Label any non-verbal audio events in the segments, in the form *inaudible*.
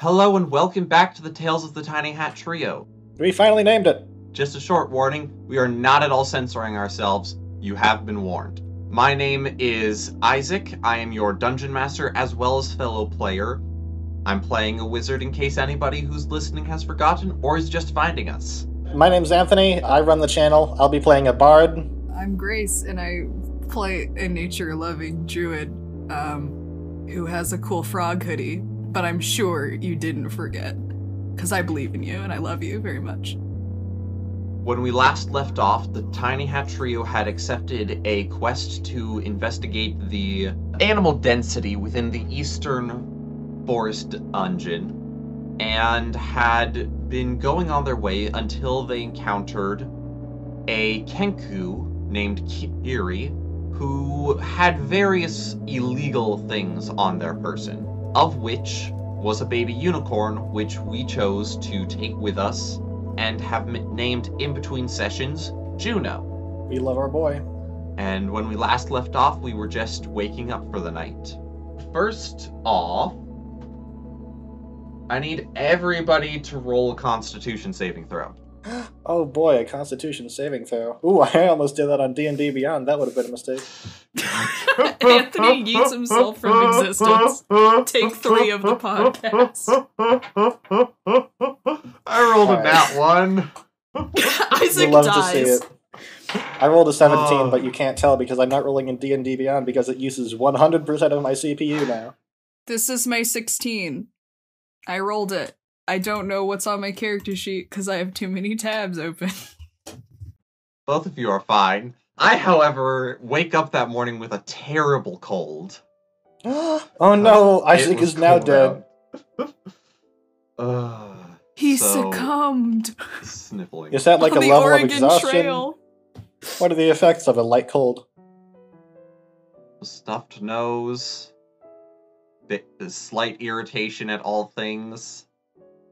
Hello and welcome back to the Tales of the Tiny Hat Trio. We finally named it. Just a short warning we are not at all censoring ourselves. You have been warned. My name is Isaac. I am your dungeon master as well as fellow player. I'm playing a wizard in case anybody who's listening has forgotten or is just finding us. My name's Anthony. I run the channel. I'll be playing a bard. I'm Grace, and I play a nature loving druid um, who has a cool frog hoodie, but I'm sure you didn't forget. Because I believe in you and I love you very much. When we last left off, the Tiny Hat Trio had accepted a quest to investigate the animal density within the eastern forest dungeon and had been going on their way until they encountered a Kenku named Kiri who had various illegal things on their person, of which was a baby unicorn, which we chose to take with us and have m- named in between sessions Juno. We love our boy. And when we last left off, we were just waking up for the night. First off, I need everybody to roll a constitution saving throw. Oh boy, a Constitution saving throw. Ooh, *laughs* I almost did that on D and D Beyond. That would have been a mistake. Anthony yeets himself from existence. Take three of the podcast. I rolled a Alright. nat one. We Isaac love dies. to see it. I rolled a 17, Oh. but you can't tell because I'm not rolling in D and D Beyond because it uses 100% of my CPU now. *gasps* This is my 16. I rolled it. I don't know what's on my character sheet because I have too many tabs open. *laughs* Both of you are fine. I, however, wake up that morning with a terrible cold. oh no, Isaac It was is now cold dead. out. *laughs* Ugh, He So- succumbed. sniffling. Is that like on a the level Oregon of exhaustion? Trail. What are the effects of a light cold? stuffed nose, bit, uh, slight irritation at all things.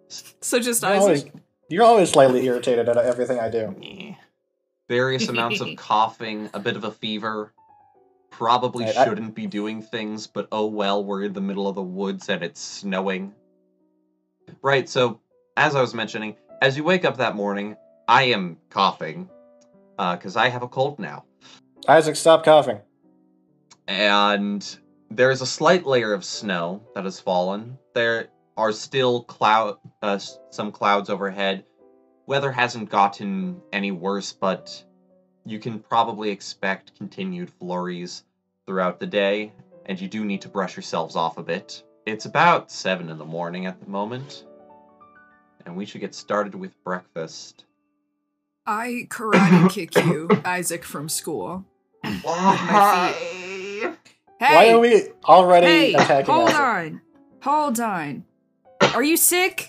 So just You're always, Isaac. you're always slightly irritated at everything I do. Meh. Various amounts of coughing, a bit of a fever. Probably Right, I- shouldn't be doing things, but oh well, we're in the middle of the woods and it's snowing. Right, so as I was mentioning, as you wake up that morning, I am coughing because I have a cold now. Isaac, stop coughing. and there is a slight layer of snow that has fallen. There are still cloud, uh, s- some clouds overhead. Weather hasn't gotten any worse, but you can probably expect continued flurries throughout the day, and you do need to brush yourselves off a bit. It's about seven in the morning at the moment, and we should get started with breakfast. I karate kick *laughs* you, Isaac, from school. Why? Why Hey, are we already hey, attacking hold Isaac? on, hold on. Are you sick?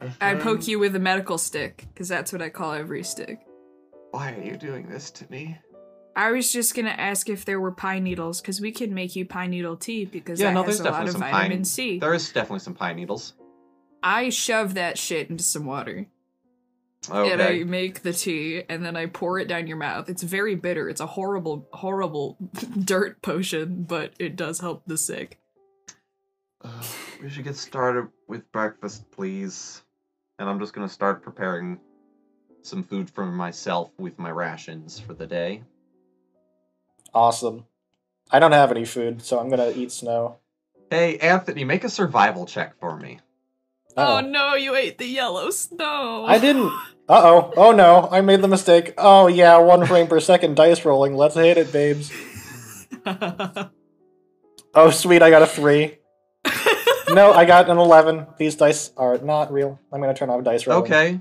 Um, I poke you with a medical stick because that's what I call every stick. Why are you doing this to me? I was just gonna ask if there were pine needles because we can make you pine needle tea because Yeah, that no, has there's a lot definitely of some vitamin pine. C. There is definitely some pine needles. I shove that shit into some water and I *sighs* Okay. make the tea and then I pour it down your mouth. It's very bitter. It's a horrible, horrible *laughs* dirt potion, but it does help the sick. Uh, we should get started with breakfast, please. And I'm just gonna start preparing some food for myself with my rations for the day. Awesome. I don't have any food, so I'm gonna eat snow. Hey, Anthony, make a survival check for me. Oh, Uh-oh. no, you ate the yellow snow. I didn't. Uh oh. Oh no, I made the mistake. Oh yeah, one frame per second dice rolling. Let's hit it, babes. Oh sweet, I got a three. No, I got an eleven. These dice are not real. I'm gonna turn off dice rolling. Okay.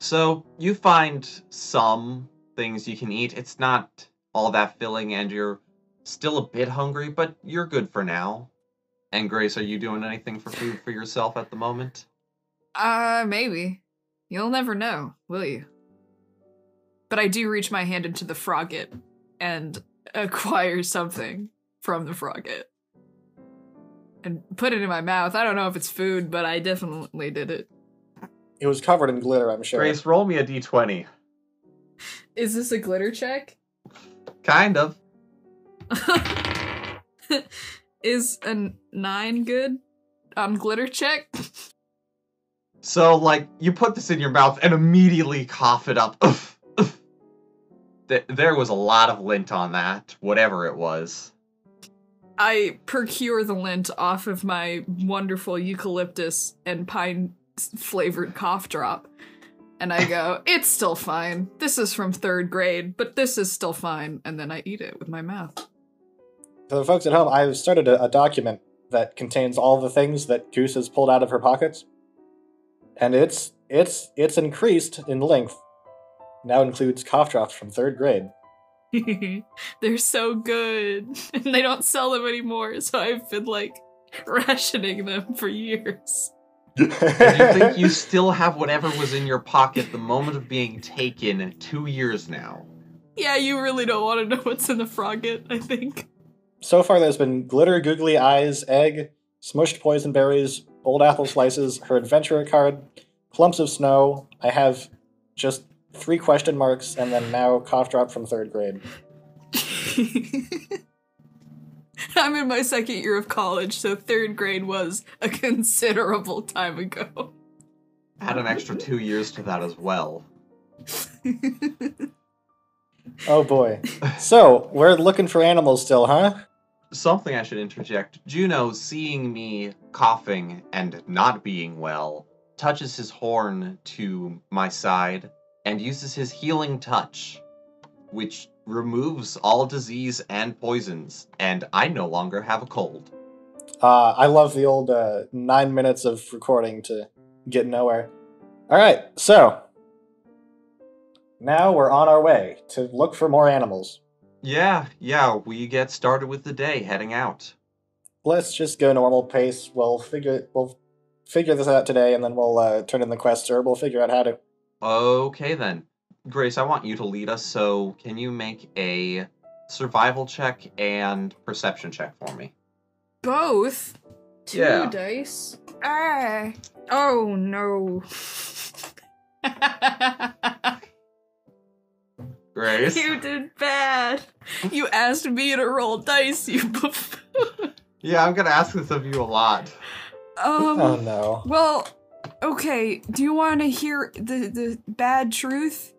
So you find some things you can eat. It's not all that filling, and you're still a bit hungry, but you're good for now. And Grace, are you doing anything for food for yourself at the moment? *laughs* uh, maybe. You'll never know, will you? But I do reach my hand into the frogget and acquire something from the frogget. And put it in my mouth. I don't know if it's food, but I definitely did it. It was covered in glitter. I'm sure. Grace, roll me a d20. Is this a glitter check? *laughs* Kind of. Is a nine good? Um, glitter check. *laughs* So, like, you put this in your mouth and immediately cough it up. Th- there was a lot of lint on that, whatever it was. I procure the lint off of my wonderful eucalyptus and pine flavored cough drop. And I go, it's still fine. This is from third grade, but this is still fine. And then I eat it with my mouth. *laughs* For the folks at home, I've started a, a document that contains all the things that Goose has pulled out of her pockets, and it's it's it's increased in length. Now includes cough drops from third grade. They're so good. *laughs* And they don't sell them anymore. So I've been like rationing them for years. And you think *laughs* you still have whatever was in your pocket the moment of being taken two years now. Yeah, you really don't want to know what's in the frogget, I think. so far, there's been glitter, googly eyes, egg, smushed poison berries, old apple slices, her adventurer card, clumps of snow. I have just three question marks, and then now cough drop from third grade. *laughs* I'm in my second year of college, so third grade was a considerable time ago. Add an extra two years to that as well. Oh *laughs* boy. so we're looking for animals still, huh? Something I should interject Juno, seeing me coughing and not being well, touches his horn to my side and uses his healing touch, which removes all disease and poisons, and I no longer have a cold. Uh, I love the old uh, nine minutes of recording to get nowhere. All right, so now we're on our way to look for more animals. Yeah, yeah, we get started with the day heading out. Let's just go normal pace. We'll figure we'll figure this out today, and then we'll uh, turn in the quest, or we'll figure out how to. Okay then. Grace, I want you to lead us, so can you make a survival check and perception check for me? *laughs* Both? Two Yeah. dice? Ah. Oh no. Grace? *laughs* you did bad. You asked me to roll dice, you buff. Yeah, I'm gonna ask this of you a lot. Um. Oh no! Well, okay. Do you want to hear the the bad truth?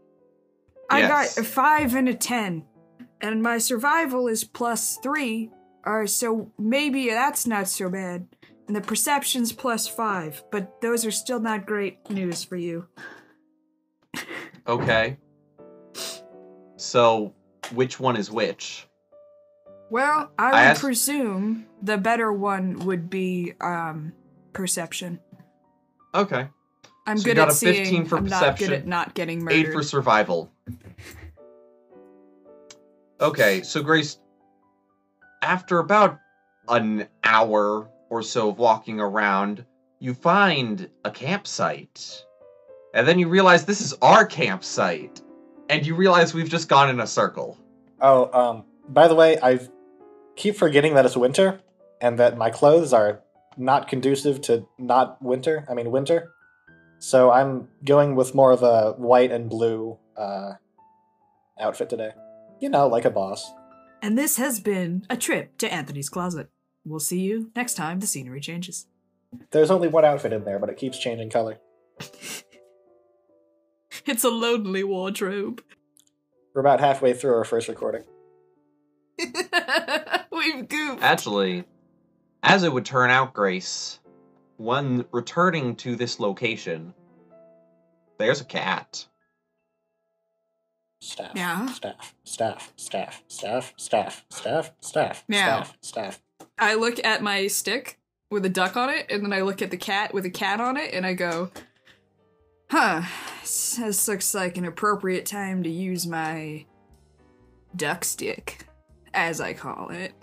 I Yes. got a five and a ten, and my survival is plus three. Or so maybe that's not so bad. And the perception's plus five, but those are still not great news for you. Okay. So, which one is which? Well, I would I asked- presume the better one would be um perception. Okay. I'm So you good got at a seeing. 15 for I'm not good perception, at not getting murdered. Eight for survival. Okay, so Grace, after about an hour or so of walking around, you find a campsite. And then you realize this is our campsite. And you realize we've just gone in a circle. Oh, um. By the way, I keep forgetting that it's winter, and that my clothes are not conducive to not winter. I mean winter. So I'm going with more of a white and blue uh, outfit today. You know, like a boss. And this has been a trip to Anthony's Closet. We'll see you next time the scenery changes. *laughs* There's only one outfit in there, but it keeps changing color. It's a lonely wardrobe. *laughs* We're about halfway through our first recording. We've goofed. Actually, as it would turn out, Grace, when returning to this location, there's a cat. Staff. Yeah. Staff. Staff. Staff. Staff. Staff. Staff. Staff. Meow. Staff. Staff. I look at my stick with a duck on it, and then I look at the cat with a cat on it, and I go, huh, this looks like an appropriate time to use my duck stick, as I call it.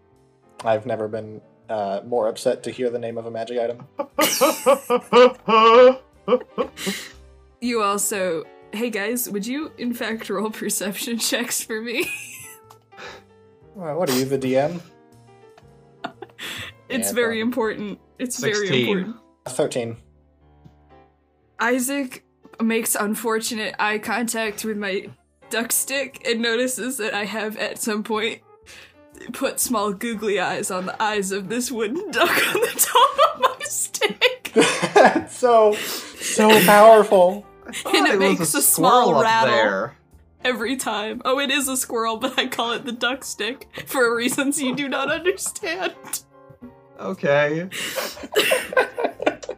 *laughs* I've never been uh, more upset to hear the name of a magic item. You also, hey guys, would you in fact roll perception *laughs* checks for me? Uh, what are you, the DM? It's Yeah, very probably. important. It's very 16. important. Thirteen. *laughs* Isaac makes unfortunate eye contact with my duck stick and notices that I have at some point put small googly eyes on the eyes of this wooden duck on the *laughs* top of my stick. That's so so *laughs* powerful. I thought *laughs* And it was makes a squirrel small up rattle. There. Every time. Oh, it is a squirrel, but I call it the duck stick for reasons you do not understand. *laughs* Okay.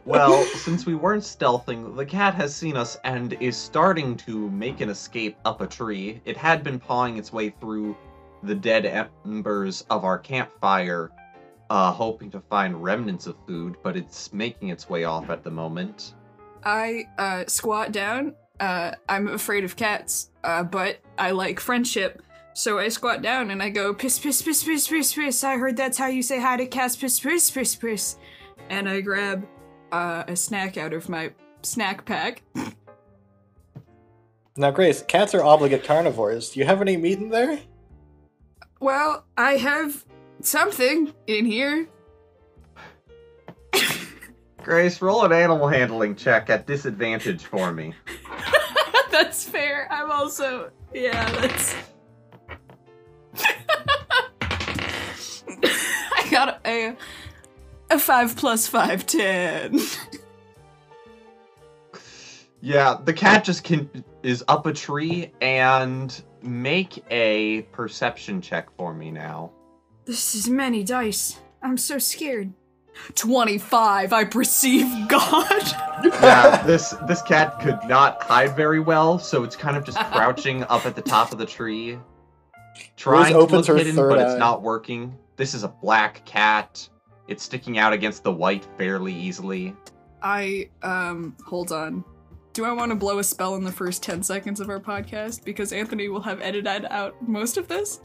well, since we weren't stealthing, the cat has seen us and is starting to make an escape up a tree. It had been pawing its way through the dead embers of our campfire, uh, hoping to find remnants of food, but it's making its way off at the moment. I uh, squat down. Uh, I'm afraid of cats, uh, but I like friendship. So I squat down and I go piss piss piss piss piss piss. I heard that's how you say hi to cats. Piss piss piss piss. And I grab uh, a snack out of my snack pack. Now, Grace, cats are obligate carnivores. Do you have any meat in there? Well, I have something in here. Grace, roll an animal handling check at disadvantage for me. *laughs* that's fair. I'm also yeah. That's. *laughs* I got a a five plus five ten. Yeah, the cat just can is up a tree and make a perception check for me now. This is many dice. I'm so scared. 25. I perceive God. *laughs* Yeah, *laughs* this this cat could not hide very well, so it's kind of *laughs* just crouching up at the top of the tree, trying to opens look her hidden, third but it's eye. not working. This is a black cat. It's sticking out against the white fairly easily. I, um, hold on. Do I want to blow a spell in the first 10 seconds of our podcast? Because Anthony will have edited out most of this.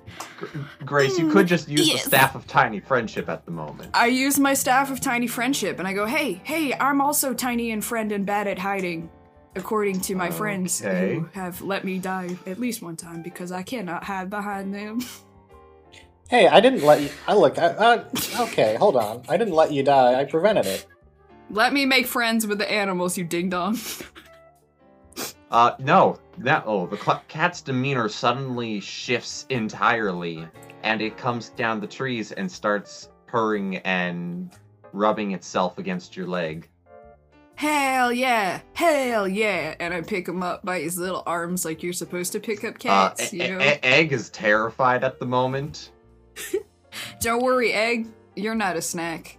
Grace, you could just use yes. the staff of tiny friendship at the moment. I use my staff of tiny friendship and I go, hey, hey, I'm also tiny and friend and bad at hiding. According to my friends Okay. who have let me die at least one time because I cannot hide behind them. *laughs* Hey, I didn't let you. I look. I, I, okay, hold on. I didn't let you die. I prevented it. Let me make friends with the animals, you ding dong. Uh, no, no. Oh, the cl- cat's demeanor suddenly shifts entirely, and it comes down the trees and starts purring and rubbing itself against your leg. Hell yeah, hell yeah. And I pick him up by his little arms like you're supposed to pick up Uh, cats, E- you know? E- Egg is terrified at the moment. Don't worry, Egg, you're not a snack.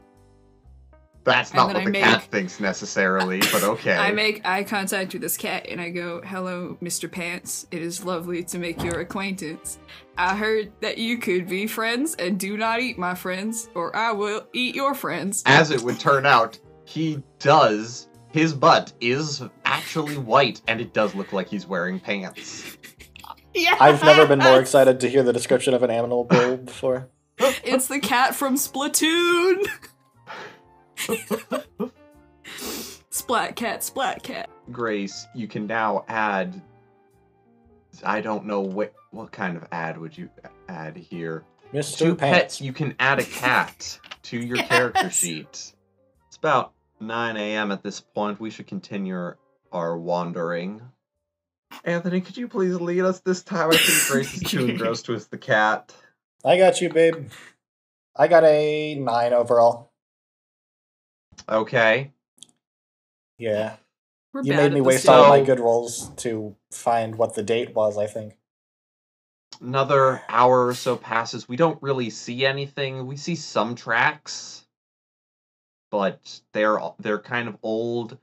That's And not then what I the make- cat thinks necessarily, *laughs* but okay. I make eye contact with this cat and I go, Hello, Mr. Pants. It is lovely to make your acquaintance. I heard that you could be friends and do not eat my friends, or I will eat your friends. As it would turn out, he does. His butt is actually white, and it does look like he's wearing pants. Yeah. I've never been more excited to hear the description of an animal bull before. *laughs* It's the cat *laughs* from Splatoon. splat cat, splat cat. Grace, you can now add. I don't know what what kind of ad would you add here. Mr. Two Pants. pets. You can add a cat to your character Yes. sheet. It's about 9 a.m. at this point. We should continue our wandering. Anthony, could you please lead us this time? I think Grace is too engrossed with the cat. I got you, babe. I got a nine overall. Okay. Yeah. We're You bad made me at waste this all show. my good rolls to find what the date was, I think. Another hour or so passes. We don't really see anything. We see some tracks, but they're they're kind of old.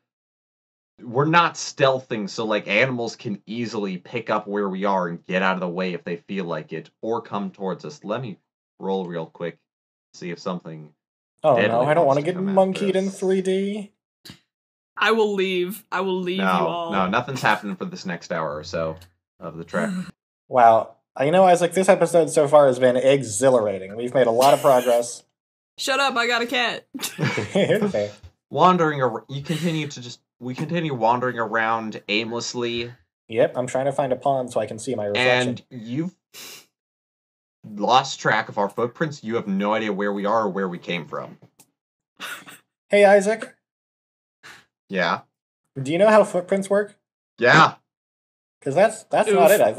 We're not stealthing, so like animals can easily pick up where we are and get out of the way if they feel like it, or come towards us. Let me roll real quick, see if something. Oh no, Deadly I don't wants want to to get come after monkeyed in us. 3D. I will leave. I will leave you No, all. no, nothing's happening for this next hour or so of the *sighs* trek. Wow. I- You know, Isaac, this episode so far has been exhilarating. We've made a lot *laughs* of progress. Shut up! I got a cat. *laughs* okay. wandering, ar- you continue to just we continue wandering around aimlessly. Yep, I'm trying to find a pond so I can see my reflection. and you've lost track of our footprints. You have no idea where we are or where we came from. Hey, Isaac, Yeah, do you know how footprints work? yeah. Because that's that's not it, Oof. I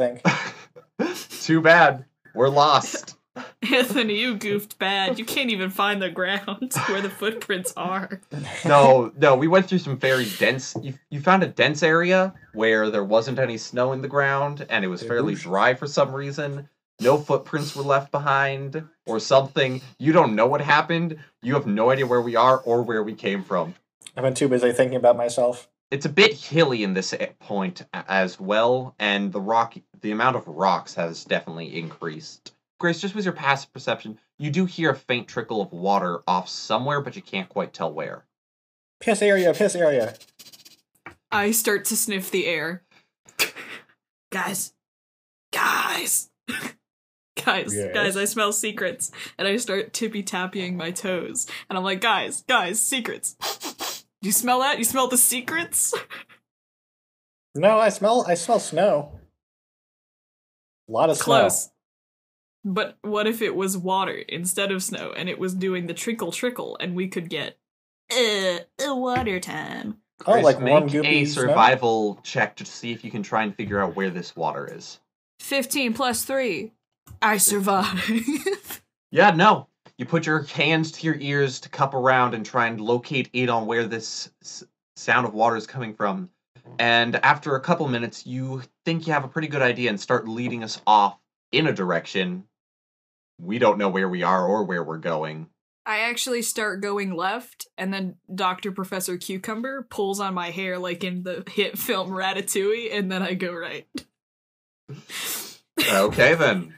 think. Too bad we're lost. Anthony, you goofed bad. You can't even find the ground *laughs* where the footprints are. No, no, we went through some very dense. You, you found a dense area where there wasn't any snow in the ground, and it was fairly dry for some reason. No footprints were left behind, or something. You don't know what happened. You have no idea where we are or where we came from. I've been too busy thinking about myself. It's a bit hilly in this a- point a- as well, and the rock, the amount of rocks has definitely increased. Grace, just with your passive perception, you do hear a faint trickle of water off somewhere, but you can't quite tell where. Piss area, piss area. I start to sniff the air. *laughs* guys. Guys. *laughs* guys, Yes. guys, I smell secrets. And I start tippy tapping my toes. And I'm like, guys, guys, secrets. *laughs* You smell that? You smell the secrets? No, I smell. I smell snow. A lot of Close. snow. But what if it was water instead of snow and it was doing the trickle trickle and we could get uh, uh, water time? Oh, Chris, like warm, make goopy a snow? survival check to see if you can try and figure out where this water is. 15 plus 3. I survive. *laughs* Yeah, no. You put your hands to your ears to cup around and try and locate it on where this s- sound of water is coming from. And after a couple minutes, you think you have a pretty good idea and start leading us off in a direction. We don't know where we are or where we're going. I actually start going left, and then Dr. Professor Cucumber pulls on my hair like in the hit film Ratatouille, and then I go right. okay then.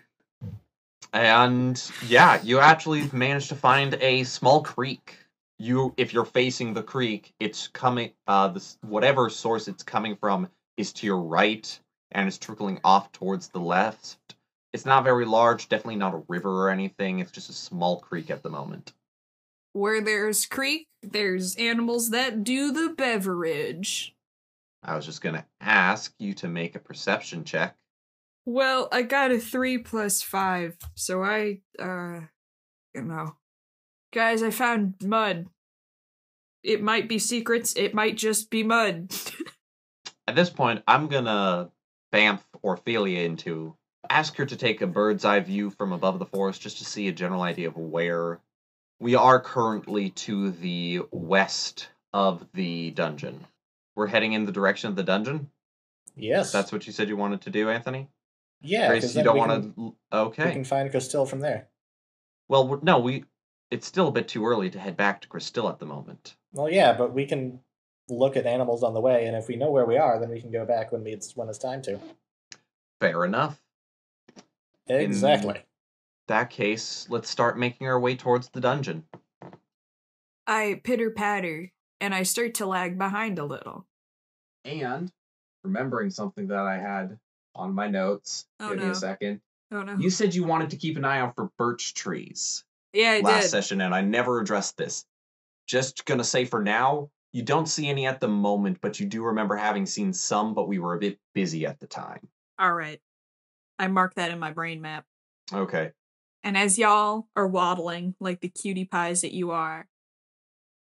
And yeah, you actually managed to find a small creek. You, if you're facing the creek, it's coming. Uh, this whatever source it's coming from is to your right, and it's trickling off towards the left. It's not very large. Definitely not a river or anything. It's just a small creek at the moment. Where there's creek, there's animals that do the beverage. I was just gonna ask you to make a perception check. Well, I got a three plus five, so I uh you know. Guys, I found mud. It might be secrets, it might just be mud. *laughs* At this point, I'm gonna bamf Orphelia into ask her to take a bird's eye view from above the forest just to see a general idea of where we are currently to the west of the dungeon. We're heading in the direction of the dungeon. Yes. That's what you said you wanted to do, Anthony. yeah. Grace, 'cause you then don't we want can- to. We Okay. can find Castile from there. Well, we're- no, we. It's still a bit too early to head back to Cristil at the moment. Well, yeah, but we can look at animals on the way, and if we know where we are, then we can go back when we, it's when it's time to. Fair enough. Exactly. That case, let's start making our way towards the dungeon. I pitter patter and I start to lag behind a little. and remembering something that I had on my notes. Oh, Give me no. a second. Oh no. You said you wanted to keep an eye out for birch trees yeah, I last did. session, and I never addressed this. Just gonna say for now, you don't see any at the moment, but you do remember having seen some, but we were a bit busy at the time. All right. I mark that in my brain map. Okay. And as y'all are waddling like the cutie pies that you are,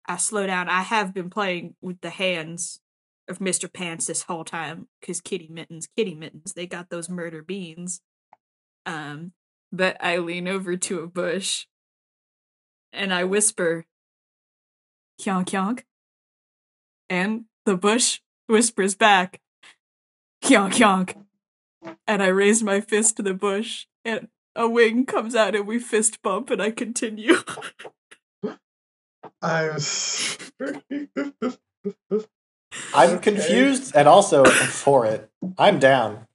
I slow down. I have been playing with the hands of Mr. Pants this whole time because kitty mittens, kitty mittens, they got those murder beans. Um, but I lean over to a bush and I whisper, Kyonk Kyonk. And the bush whispers back, Kyonk Kyonk. And I raise my fist to the bush and a wing comes out and we fist bump and *laughs* I continue. I'm. *laughs* I'm confused and also for it. I'm down.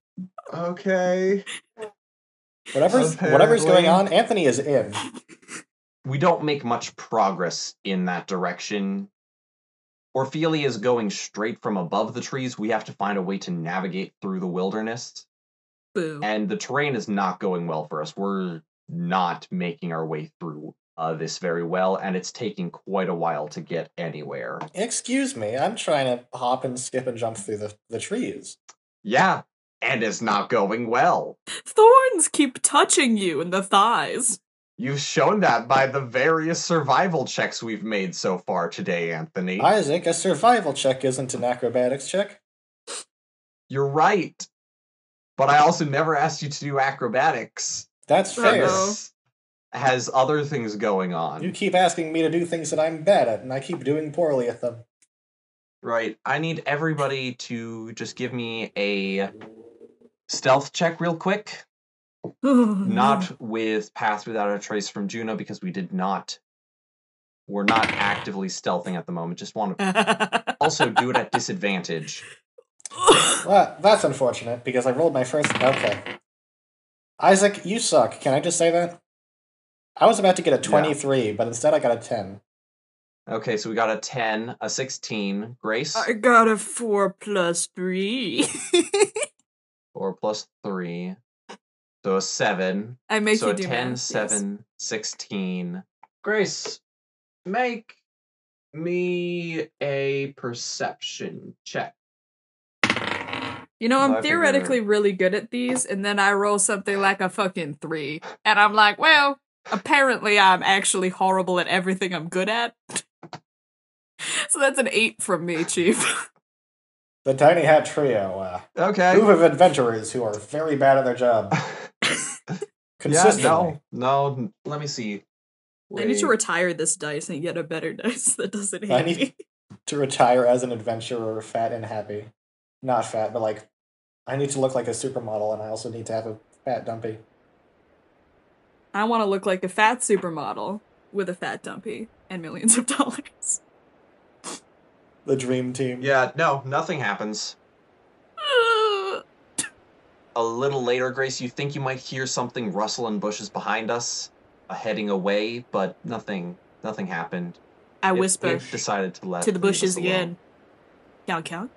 Okay. Whatever's whatever's going on, Apparently. Anthony is in. We don't make much progress in that direction. Orphelia is going straight from above the trees. We have to find a way to navigate through the wilderness. Boo. and the terrain is not going well for us. We're not making our way through uh, this very well, and it's taking quite a while to get anywhere. Excuse me, I'm trying to hop and skip and jump through the, the trees. Yeah, and it's not going well. Thorns keep touching you in the *sighs* thighs. You've shown that by the various survival checks we've made so far today, Anthony. Isaac, a survival check isn't an acrobatics check. You're right. But I also never asked you to do acrobatics. That's And fair. Uh-oh. this, has other things going You on, keep asking me to do things that I'm bad at, and I keep doing poorly at them. right? I need everybody to just give me a stealth check real quick. Oh, Mm-hmm. Not with Path Without a Trace from Juno because we did not. We're not actively stealthing at the moment. *laughs* Just want to also do it at disadvantage. Well, that's unfortunate because I rolled my first. Okay. Isaac, you suck. Can I just say that? I was about to get a 23, but instead I got a 10. Okay, so we got a 10, a 16, Grace, I got a four plus three. or plus 3. So a 7. *laughs* I make so you a do 10, math, yes. 7, 16. Grace, make me a perception check. You know, Well, I I'm figure- theoretically really good at these, and then I roll something like a fucking three, and I'm like, well, apparently I'm actually horrible at everything I'm good at. *laughs* so that's an eight from me, Chief. The Tiny Hat Trio, uh, group *laughs* Okay. of adventurers who are very bad at their job. Consistently. no, n- let me see. I need to Wait. retire this dice and get a better *laughs* dice that doesn't hit I need- me. *laughs* To retire as an adventurer, fat and happy. Not fat, but like, I need to look like a supermodel, and I also need to have a fat dumpy. I want to look like a fat supermodel with a fat dumpy and millions of *laughs* dollars. The dream team. Yeah, no, nothing happens. Uh, A little later, Grace, you think you might hear something rustle in bushes behind us, uh, heading away, but nothing, nothing happened. I It- it whisper decided to let to the leave us bushes alone. again. Count, count.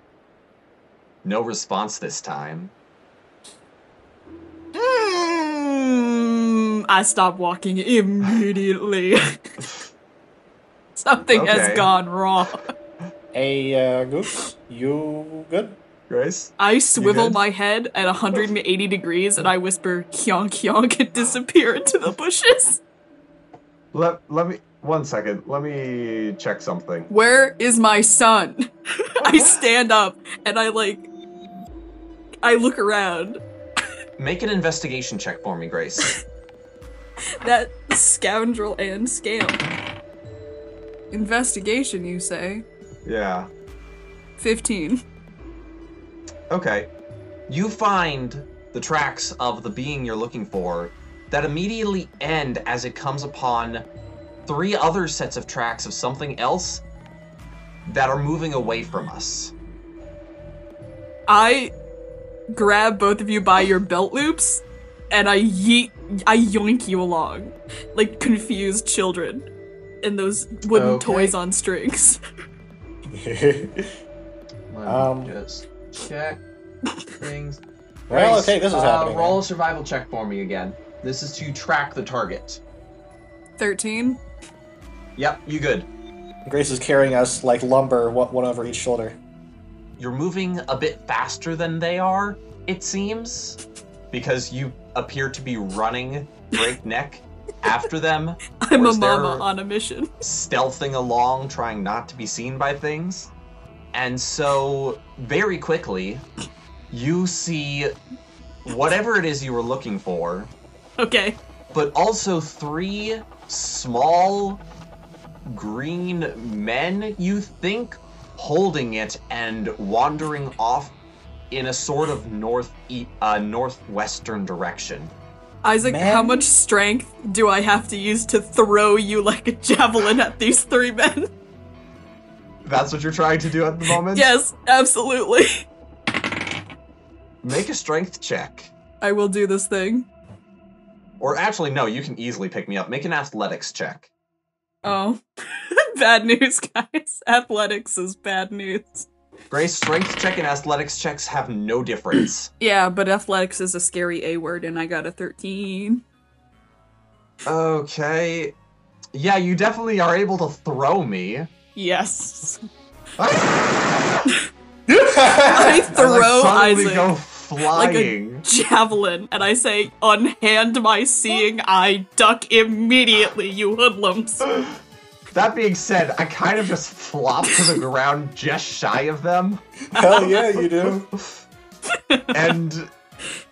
No response this time. Mm, I stop walking immediately. *laughs* Something Okay. has gone wrong. Hey, uh, Goose, you good? *laughs* Grace, I swivel good? my head at 180 degrees and I whisper, kyonk, kyonk, and disappear into the bushes. let let me one second. Let me check something. Where is my son? I stand up and I like. I look around. Make an investigation check for me, *laughs* Grace. That scoundrel and scale. Investigation, you say? yeah. 15. Okay. You find the tracks of the being you're looking for that immediately end as it comes upon three other sets of tracks of something else that are moving away from us. I grab both of you by your belt loops and I yeet. I yoink you along. Like confused children. And those wooden Okay. toys on strings. *laughs* Let Um, just check things. *laughs* Uh, Well, okay, this is happening Roll then. a survival check for me again. This is to track the target. 13? Yep, you good. Grace is carrying us like lumber, one one over *laughs* each shoulder. You're moving a bit faster than they are, it seems, because you appear to be running breakneck after them, I'm a Where's their- mama on a mission. stealthing along, trying not to be seen by things. And so, very quickly, you see whatever it is you were looking for, Okay. but also three small green men, you think, holding it and wandering off in a sort of north e- uh, northwestern direction. Isaac, how Men? much strength do I have to use to throw you like a javelin at these three men? That's what you're trying to do at the moment? yes, absolutely. Make a strength check. I will do this thing. Or actually, no, you can easily pick me up. Make an athletics check. Oh. *laughs* bad news, guys. *laughs* Athletics is bad news. Grace, strength check and athletics checks have no difference. *clears throat* Yeah, but athletics is a scary A word, and I got a 13. okay. Yeah, you definitely are able to throw me. Yes. I Grace As I throw suddenly Isaac go flying. javelin, and I say, unhand my seeing eye, duck immediately, you hoodlums. that being said, I kind of just flop to the ground just shy of them, Hell yeah, you do. and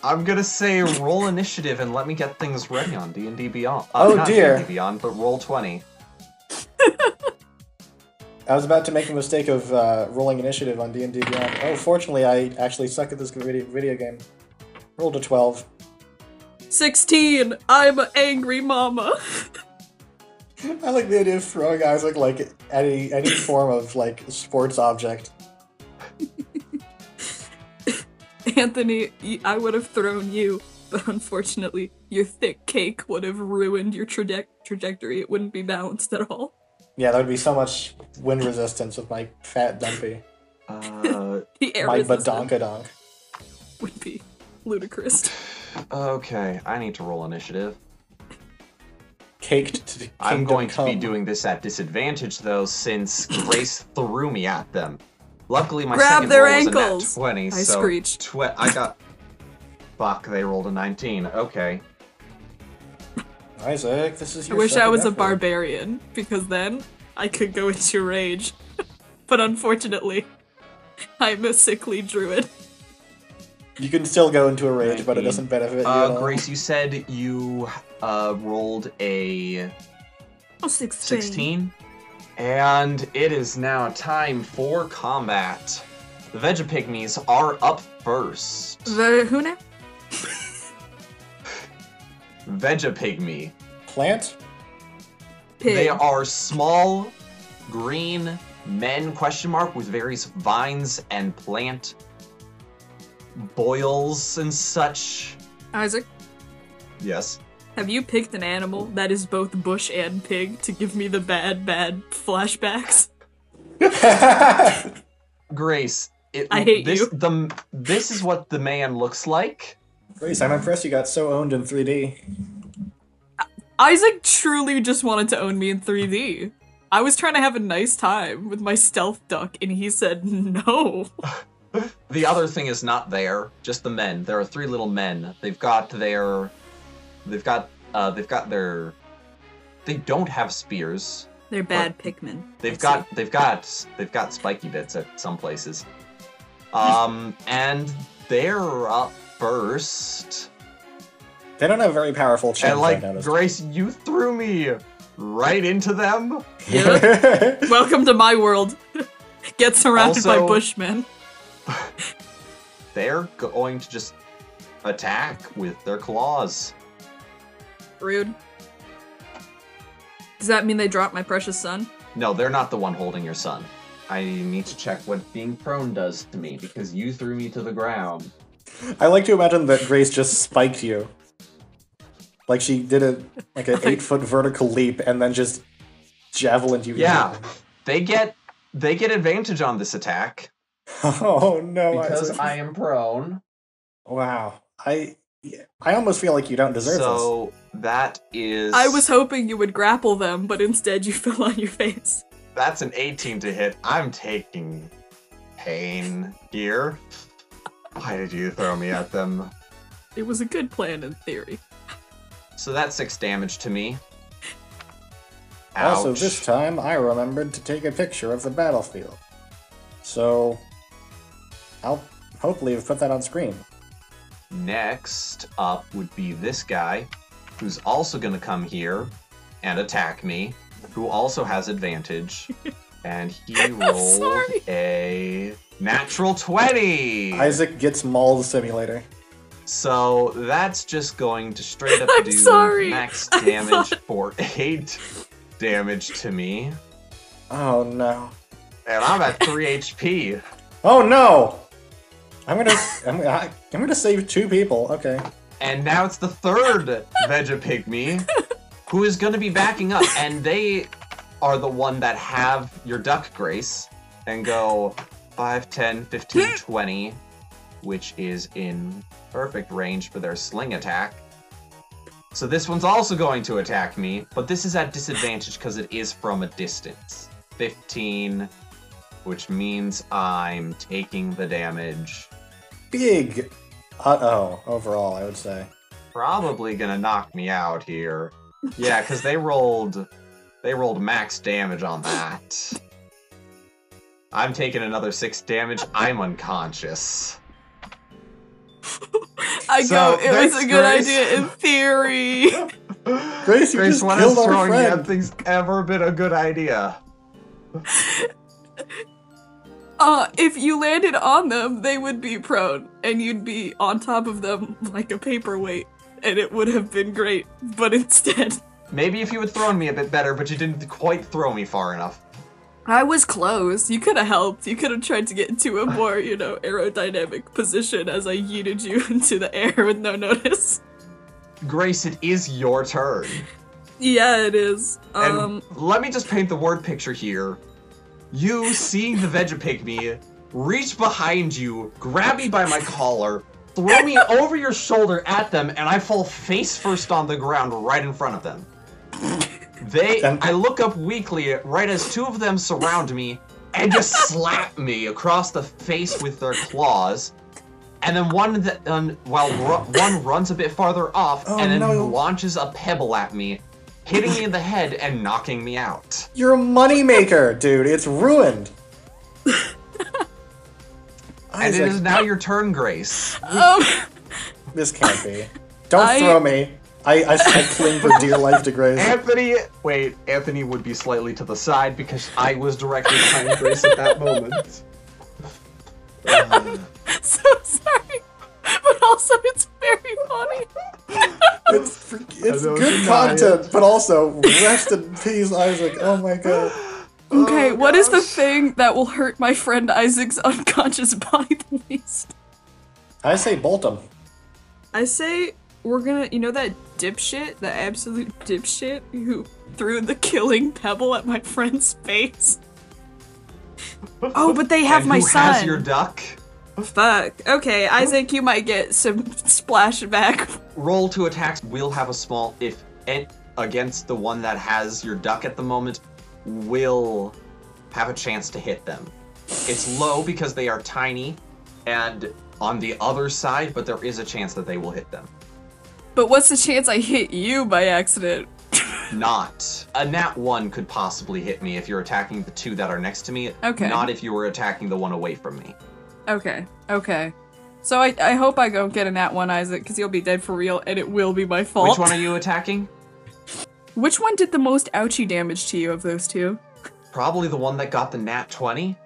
I'm gonna say roll initiative and let me get things ready on D and D Beyond. Uh, Oh, not dear. D&D Beyond, but roll twenty. I was about to make the mistake of uh, rolling initiative on D and D Beyond. Oh, fortunately, I actually suck at this video, video game. Rolled a twelve. 16. I'm an angry mama. *laughs* *laughs* I like the idea of throwing Isaac like *coughs* any any form of like sports object. *laughs* Anthony, y- I would have thrown you, but unfortunately, your thick cake would have ruined your traje- trajectory. It wouldn't be balanced at all. *laughs* Yeah, there would be so much wind resistance with my fat dumpy, Uh, The air my resistance badonka donk. would be ludicrous. okay, I need to roll initiative. Caked to the I'm kingdom going to be come. doing this at disadvantage though, since Grace threw me at them. Luckily, my Grab second their roll ankles. was a nat twenty, I so screeched. twe- I got. Fuck! They rolled a nineteen. Okay. Isaac, this is. I Your wish I second was a effort. barbarian, because then I could go into rage. *laughs* but unfortunately, I'm a sickly druid. You can still go into a rage, but it Nineteen. doesn't benefit you. at Uh, all. Grace, you said you uh, rolled a Oh, 16. 16. And it is now time for combat. The Veggie Pygmies are up first. The who now? Veggie Pygmy. *laughs* Plant. Pig. They are small, green men question mark with various vines and plant boils and such. Isaac, Yes. have you picked an animal that is both bush and pig to give me the bad, bad flashbacks? Grace, it, I hate this, you. The, this is what the man looks like. Grace, I'm impressed you got so owned in 3D. Isaac truly just wanted to own me in 3D. I was trying to have a nice time with my stealth duck, and he said no. The other thing is not there, just the men. There are three little men. They've got their they've got uh they've got their they don't have spears. They're bad Pikmin. They've got they've got they've got spiky bits at some places. Um and they're up first. They don't have very powerful and chins. I like noticed. Grace, you threw me right into them. Yeah. *laughs* *laughs* Welcome to my world. *laughs* Get surrounded by Also- bushmen. They're going to just attack with their claws. Rude. Does that mean they dropped my precious son? No, they're not the one holding your son. I need to check what being prone does to me because you threw me to the ground. I like to imagine that Grace just spiked you. Like she did a like an eight foot vertical leap and then just javelined you. Yeah, they get they get advantage on this attack *laughs* Oh no, because Isaac. I am prone. Wow. I yeah, I almost feel like you don't deserve So that is I was hoping you would grapple them, but instead you *laughs* fell on your face. that's an 18 to hit. I'm taking pain here. Why did you throw me at them? It was a good plan in theory. So that's six damage to me. this. Also, Ouch. this time I remembered to take a picture of the battlefield. So I'll hopefully have put that on screen. Next up would be this guy, who's also going to come here and attack me, who also has advantage. *laughs* and he rolled sorry. a natural 20. Isaac gets mauled simulator. So that's just going to straight up I'm do sorry. *laughs* max I damage for 8 damage to me. Oh no. And I'm at 3 HP. Oh no! I'm gonna *laughs* I'm, I, I'm gonna save two people. Okay. And now it's the third Vegapygmy who is going to be backing up. And they are the one that have your duck grace and go 5, 10, 15, 20, which is in perfect range for their sling attack. So this one's also going to attack me, but this is at disadvantage because it is from a distance. 15, which means I'm taking the damage. Big uh oh overall, I would say. probably gonna knock me out here. Yeah, because they rolled they rolled max damage on that. I'm taking another six damage. I'm unconscious. I So, go, it was thanks, a good Grace. idea in theory. *laughs* *laughs* Grace, you just when killed I was our throwing friend. you, things ever been a good idea? Uh, if you landed on them, they would be prone, and you'd be on top of them *laughs* like a paperweight, and it would have been great. But *laughs* instead, Maybe if you had thrown me a bit better, but you didn't quite throw me far enough. I was close. You could have helped. You could have tried to get into a more, you know, aerodynamic position as I yeeted you *laughs* into the air with no notice. Grace, it is your turn. Yeah, it is. And Um, let me just paint the word picture here. You, seeing the veggie pygmy, reach behind you, grab me by my collar, throw me over your shoulder at them, and I fall face first on the ground right in front of them. They, Damn. I look up weakly right as two of them surround me and just slap me across the face with their claws. And then one that um, while ru- one runs a bit farther off Oh, and then no. launches a pebble at me, hitting me in the head and knocking me out. You're a moneymaker, dude. It's ruined. And it Isaac, is now your turn, Grace. *laughs* um, this can't be. Don't I- throw me. I, I, I cling for dear life to Grace. Anthony, wait, Anthony would be slightly to the side because I was directly *laughs* behind Grace at that moment. so sorry, but also it's very funny. *laughs* It's, it's know, good deny content, but also rest in peace, Isaac. Oh my god. Okay, what is the thing that will hurt my friend Isaac's unconscious body the least? I say bolt him. I say we're gonna, you know, that dipshit, the absolute dipshit who threw the killing pebble at my friend's face. Oh, but they have and my who son. has your duck? Fuck. Okay, Isaac, you might get some splashback. Roll to attacks will have a small if and against the one that has your duck at the moment will have a chance to hit them. It's low because they are tiny and on the other side, but there is a chance that they will hit them. But what's the chance I hit you by accident? Not a nat one could possibly hit me if you're attacking the two that are next to me. Okay. Not if you were attacking the one away from me. Okay, okay. So I, I hope I go get a nat one, Isaac, because you'll be dead for real, and it will be my fault. Which one are you attacking? Which one did the most ouchie damage to you of those two? Probably the one that got the nat twenty.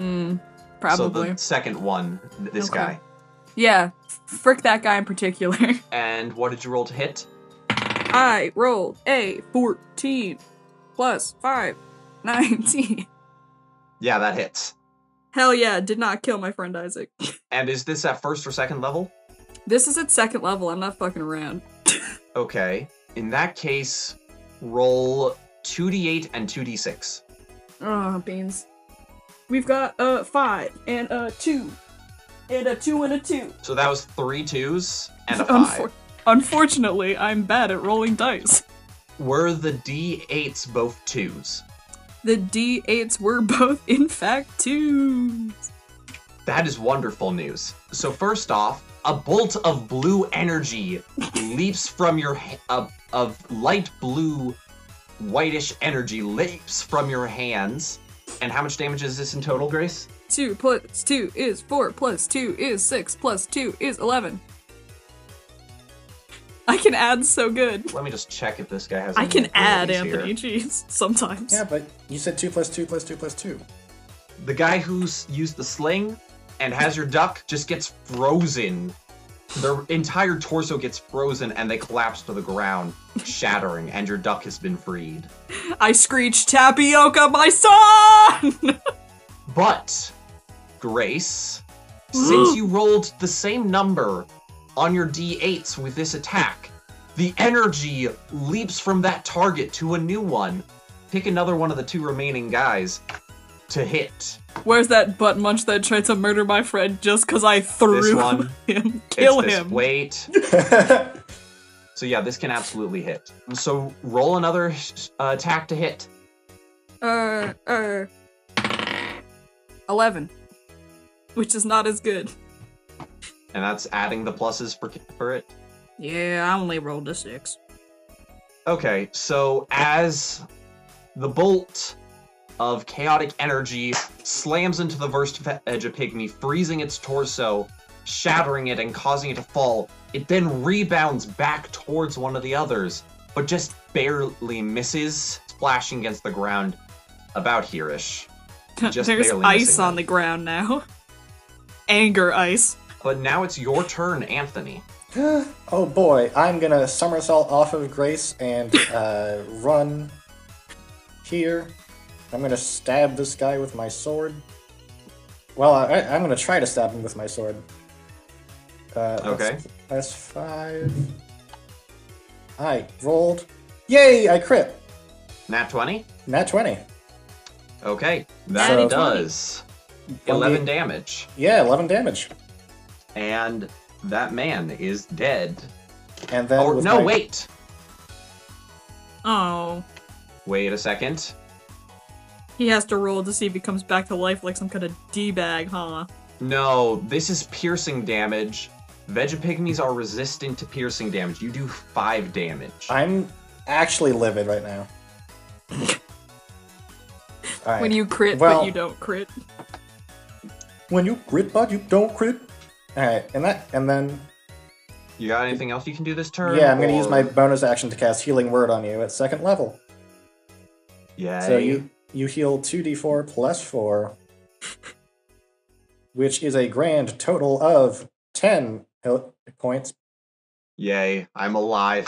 Mm, So probably. the second one, th- this Okay. guy. Yeah, frick that guy in particular. *laughs* And what did you roll to hit? I rolled a 14 plus *laughs* 5, 19. Yeah, that hits. Hell yeah, did not kill my friend Isaac. *laughs* And is this at first or second level? This is at second level, I'm not fucking around. Okay. In that case, roll 2d8 and 2d6. Oh, beans. We've got a 5 and a 2 and a 2 and a 2. So that was three twos and a five. *laughs* Unfor- unfortunately, I'm bad at rolling dice. Were the d8s both twos? The D8s were *laughs* both, in fact, 2s. That is wonderful news. So first off, a bolt of blue energy leaps from your ha- of, of light blue, whitish energy leaps from your hands. And how much damage is this in total, Grace? 2 plus 2 is 4 plus 2 is 6 plus 2 is 11. I can add so good. Let me just check if this guy has. I any can add, abilities here. Anthony. Jeez, sometimes. Yeah, but you said two plus two plus two plus two. The guy who's used the sling and has your duck just gets frozen. Their entire torso gets frozen and they collapse to the ground, shattering, and your duck has been freed. I screech, Tapioca, my son! *laughs* But, Grace, since you rolled the same number on your d8s with this attack, the energy leaps from that target to a new one. Pick another one of the two remaining guys to hit. Where's that butt munch that tried to murder my friend just because I threw This *laughs* one. him? Kill it's this him. Wait. So yeah, this can absolutely hit. So roll another uh, attack to hit. Uh, uh. 11. Which is not as good. And that's adding the pluses for, for it. Yeah, I only rolled a 6. Okay, so as the bolt of chaotic energy slams into the first veggie pygmy, freezing its torso, shattering it and causing it to fall. It then rebounds back towards one of the others, but just barely misses, splashing against the ground about here ish. Just *laughs* There's barely ice missing on the ground now. Anger ice. But now it's your turn, Anthony. *sighs* oh boy, I'm gonna somersault off of Grace *laughs* and uh, run here. I'm gonna stab this guy with my sword. Well, I, I- I'm gonna try to stab him with my sword. Uh, that's- Okay. That's five. I rolled. Yay! I crit. Nat 20? Nat twenty. Okay, that So- does 11 damage. Yeah, eleven damage. And that man is dead. And then Or, with no, my- wait. Oh. Wait a second. He has to roll to see if he comes back to life like some kind of D bag, huh? No, this is piercing damage. Vegapygmies are resistant to piercing damage. You do five damage. I'm actually livid *laughs* right now. Alright. When you crit, Well- but you don't crit. When you crit, but you don't crit. All right, and that, and then You got anything else you can do this turn? yeah, I'm gonna use or- my bonus action to cast Healing Word on you at second level. Yay. So you you heal two d4 plus four, which is a grand total of ten heal- points. Yay, I'm alive.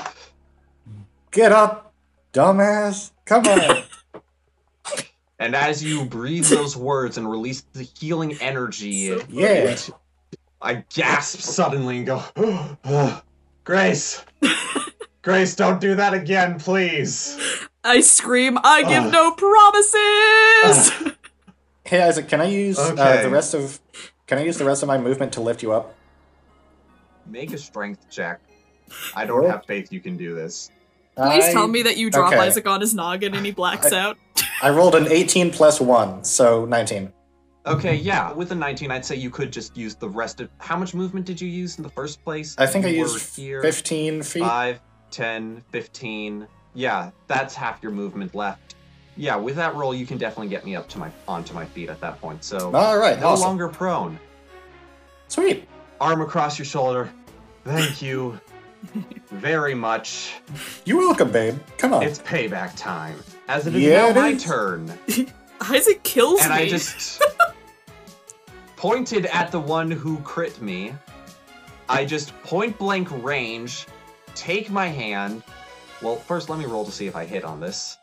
Get up, dumbass! Come *laughs* on. And as you breathe those words and release the healing energy, So- yeah. it- I gasp suddenly and *gasps* go, *laughs* Grace! Grace, don't do that again, please! I scream, I give Ugh. no Ah. promises! Hey Isaac, can I use uh, Okay. the rest of can I use the rest of my movement to lift you up? make a strength check. I don't Cool. have faith you can do this. *laughs* Please I- tell me that you drop okay. Isaac on his noggin and he blacks out. I rolled an 18 plus one, so 19. Okay, yeah, with a 19, I'd say you could just use the rest of. How much movement did you use in the first place? I think I You used were here. 15 feet. 5, 10, 15. Yeah, that's half your movement left. Yeah, with that roll, you can definitely get me up to my onto my feet at that point. So All right, no awesome. longer prone. Sweet. Arm across your shoulder. Thank *laughs* you very much. You're welcome, babe. Come on. It's payback time. As it is Yeah, now it my is. turn. Isaac kills and me. I just pointed at the one who crit me. I just point blank range, take my hand. Well, first let me roll to see if I hit on this.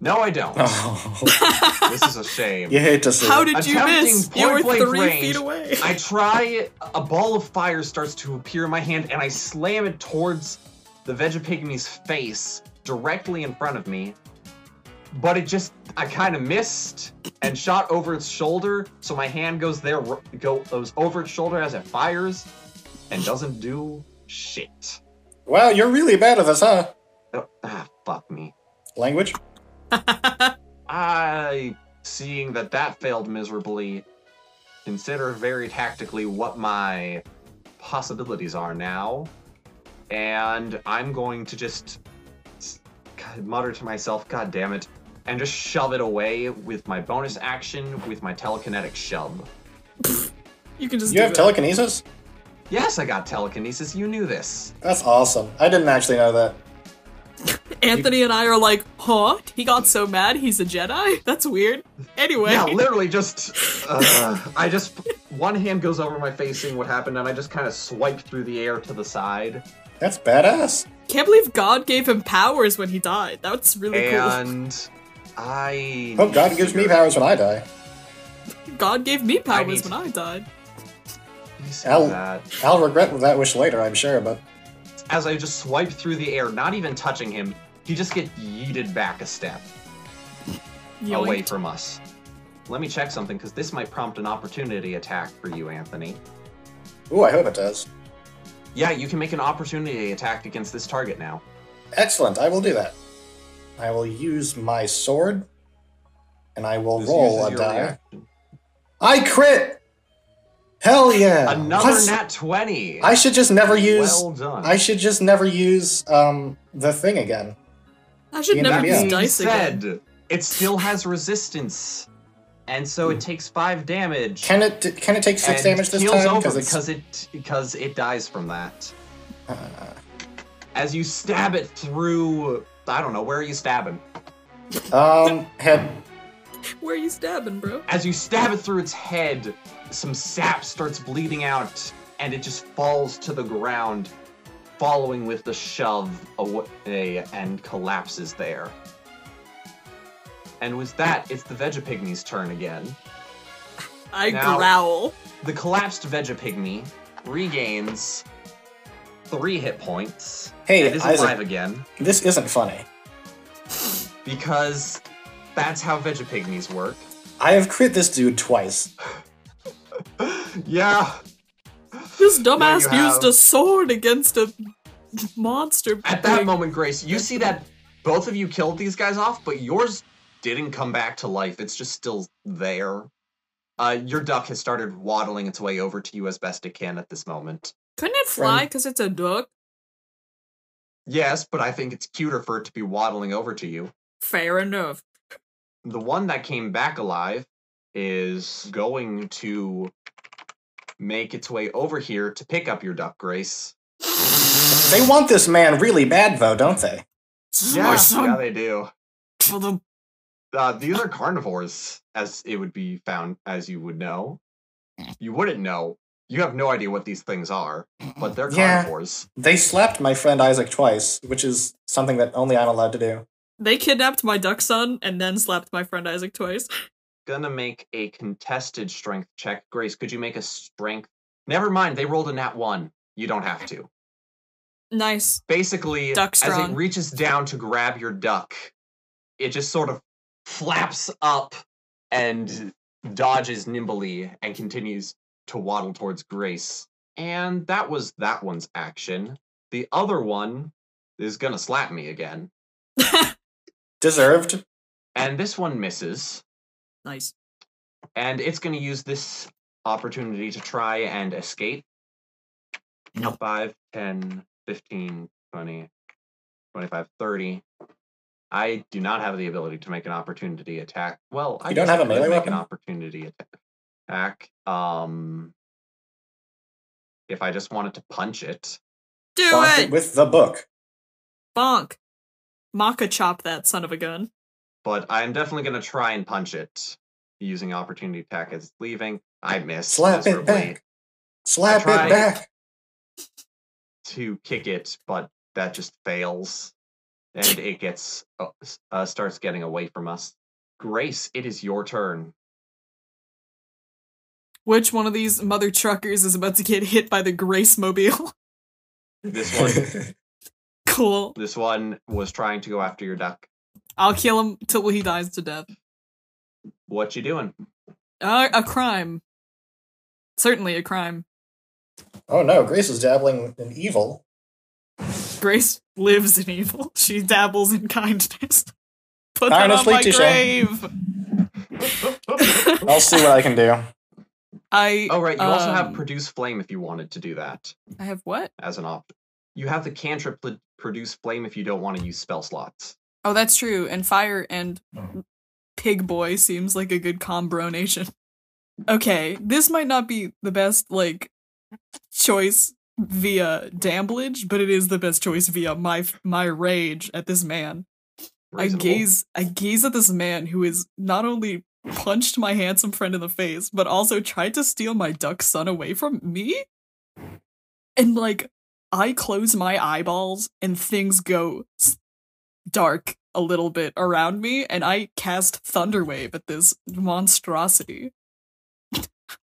No, I *laughs* don't. Oh, this is a shame. *laughs* you hate to see How it. did you miss? Attempting You were point-blank three range. feet away. I try, a ball of fire starts to appear in my hand, and I slam it towards the Vegapygmy's face directly in front of me. But it just, I kind of missed and shot over its shoulder, so my hand goes there, ro- go, goes over its shoulder as it fires, and doesn't do shit. Wow, you're really bad at this, huh? Oh, ah, fuck me. Language? I, seeing that that failed miserably, consider very tactically what my possibilities are now. And I'm going to just s- mutter to myself, God damn it, and just shove it away with my bonus action with my telekinetic shove. *laughs* you can just You do have that. telekinesis? Yes, I got telekinesis. You knew this. That's awesome. I didn't actually know that. Anthony and I are like, huh? He got so mad he's a Jedi? That's weird. Anyway. Yeah, literally just. Uh, I just. One hand goes over my face, seeing what happened, and I just kind of swipe through the air to the side. That's badass. Can't believe God gave him powers when he died. That's really and I Hope God gives me powers when I die. cool. *laughs* God gave me powers need- when I died. You said Ow. that. I'll regret that wish later, I'm sure, but As I just swipe through the air, not even touching him, he just gets yeeted back a step away Yoink. from us. Let me check something because this might prompt an opportunity attack for you, Anthony. ooh, I hope it does. Yeah, you can make an opportunity attack against this target now. Excellent. I will do that. I will use my sword, and I will This roll uses a your die. reaction. I crit. Hell yeah! Another What? nat twenty. Oh. I should just never use. well done. I should just never use um the thing again. I should Yeah, never yeah. use dice said, again. It still has resistance. and so it takes five damage. Hmm. Can it can it take six and damage this heals time? over it's- Uh. because it because it dies from that. As you stab it through, I don't know where are you stabbing. um head. Where you stabbing, bro? As you stab it through its head, some sap starts bleeding out, and it just falls to the ground, following with the shove away and collapses there. And with that, it's the Vegapygmy's turn again. I Now- growl. The collapsed Vegapygmy regains three hit points. Hey, It is Isaac, alive again this isn't funny. because that's how Vegapygmies work. I have crit this dude twice. yeah. This you dumbass have- used a sword against a monster. At that thing. moment, Grace, you see that both of you killed these guys off, but yours didn't come back to life. It's just still there. Uh, your duck has started waddling its way over to you as best it can at this moment. couldn't it fly because it's a duck? Yes, but I think it's cuter for it to be waddling over to you. Fair enough. the one that came back alive is going to make its way over here to pick up your duck grace They want this man really bad though, don't they? *laughs* yeah they do for the uh, these are carnivores as it would be found as you would know you wouldn't know you have no idea what these things are but they're Yeah. carnivores They slapped my friend Isaac twice, which is something that only I'm allowed to do. They kidnapped my duck son and then slapped my friend Isaac twice. gonna make a contested strength check grace could you make a strength never mind they rolled a nat one you don't have to Nice. basically Duck as it strong. reaches down to grab your duck it just sort of flaps up and dodges nimbly and continues to waddle towards grace and that was that one's action the other one is gonna slap me again Deserved. and this one misses Nice. and it's gonna use this opportunity to try and escape No. 5 10 15 20 25 30 i do not have the ability to make an opportunity attack well i You don't guess I have a could melee make weapon? an opportunity attack um if i just wanted to punch it Do Bonk it it! with the book. Bonk. Maka chop that son of a gun. but i'm definitely going to try and punch it using opportunity attack as it's leaving i missed Slap it miserably. back. Slap tried. it back. to kick it, but that just fails, and it gets uh, s- uh, starts getting away from us. Grace, it is your turn. Which one of these mother truckers is about to get hit by the Grace Mobile? *laughs* This one, cool. this one was trying to go after your duck. I'll kill him till he dies to death. What you doing? Uh, a crime. Certainly a crime. *laughs* oh no, Grace is dabbling in evil. Grace lives in evil. *laughs* She dabbles in kindness. *laughs* Put that Honestly, on my Tisha. grave. I'll see what I can do. I. Oh right, you also have um, produce flame if you wanted to do that I have what? as an option. You have the cantrip pl- produce flame if you don't want to use spell slots. Oh, that's true. And fire and pig boy seems like a good combination. Okay, this might not be the best like choice via damblage, but it is the best choice via my my rage at this man. Reasonable. I gaze I gaze at this man who is not only punched my handsome friend in the face, but also tried to steal my duck son away from me. And like I close my eyeballs and things go s- dark a little bit around me and I cast thunderwave at this monstrosity.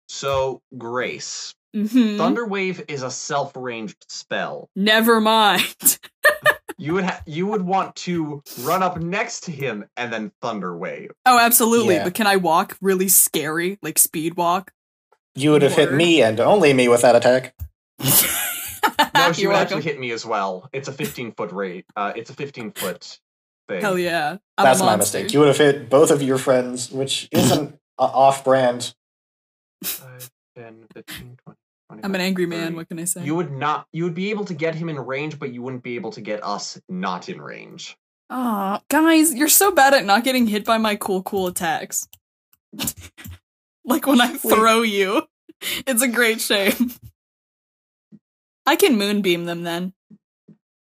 So, Grace, Mhm. Thunderwave is a self-ranged spell. Never mind. *laughs* You would ha- you would want to run up next to him and then thunder wave. Oh, absolutely. Yeah. But can I walk really scary, like *laughs* speed walk? *laughs* You would have hit Word. me and only me with that attack. No, she *laughs* You're would actually welcome. hit me as well. It's a 15 foot rate. Uh, it's a 15 foot thing. Hell yeah. I'm a That's my monster. mistake. You would have hit both of your friends, which isn't a off-brand. Five, 10, 15, 20, I'm an angry man. 30. What can I say? You would not. You would be able to get him in range, but you wouldn't be able to get us not in range. Aw, guys, you're so bad at not getting hit by my cool, cool attacks. *laughs* like when I throw you. *laughs* It's a great shame. I can moonbeam them then.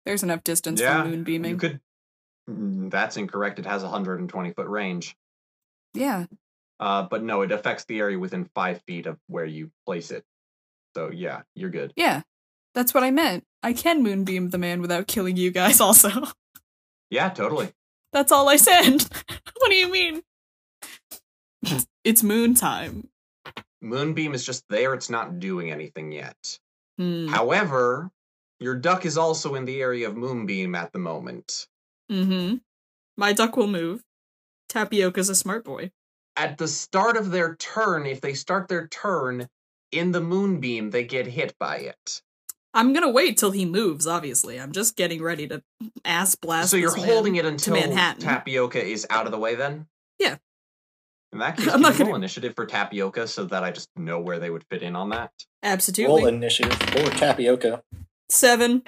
There's enough distance Yeah, for You moonbeaming. could. Mm, That's incorrect. It has a 120 foot range. yeah. Uh, but no, it affects the area within five feet of where you place it. So yeah, you're good. Yeah. That's what I meant. I can moonbeam the man without killing you guys *laughs* also. Yeah, totally. That's all I said. *laughs* what do you *laughs* mean? It's moon time. Moonbeam is just there. It's not doing anything yet. Hmm. However, your duck is also in the area of Moonbeam at the moment. Mm-hmm. My duck will move. Tapioca's a smart boy. At the start of their turn, if they start their turn in the Moonbeam, they get hit by it. I'm gonna wait till he moves, obviously. I'm just getting ready to ass blast. so you're holding it until Manhattan. Tapioca is out of the way then? Yeah. In that case, *laughs* I'm I'm not roll gonna- initiative for Tapioca so that I just know where they would fit in on that. Absolutely. Roll initiative or tapioca. Seven.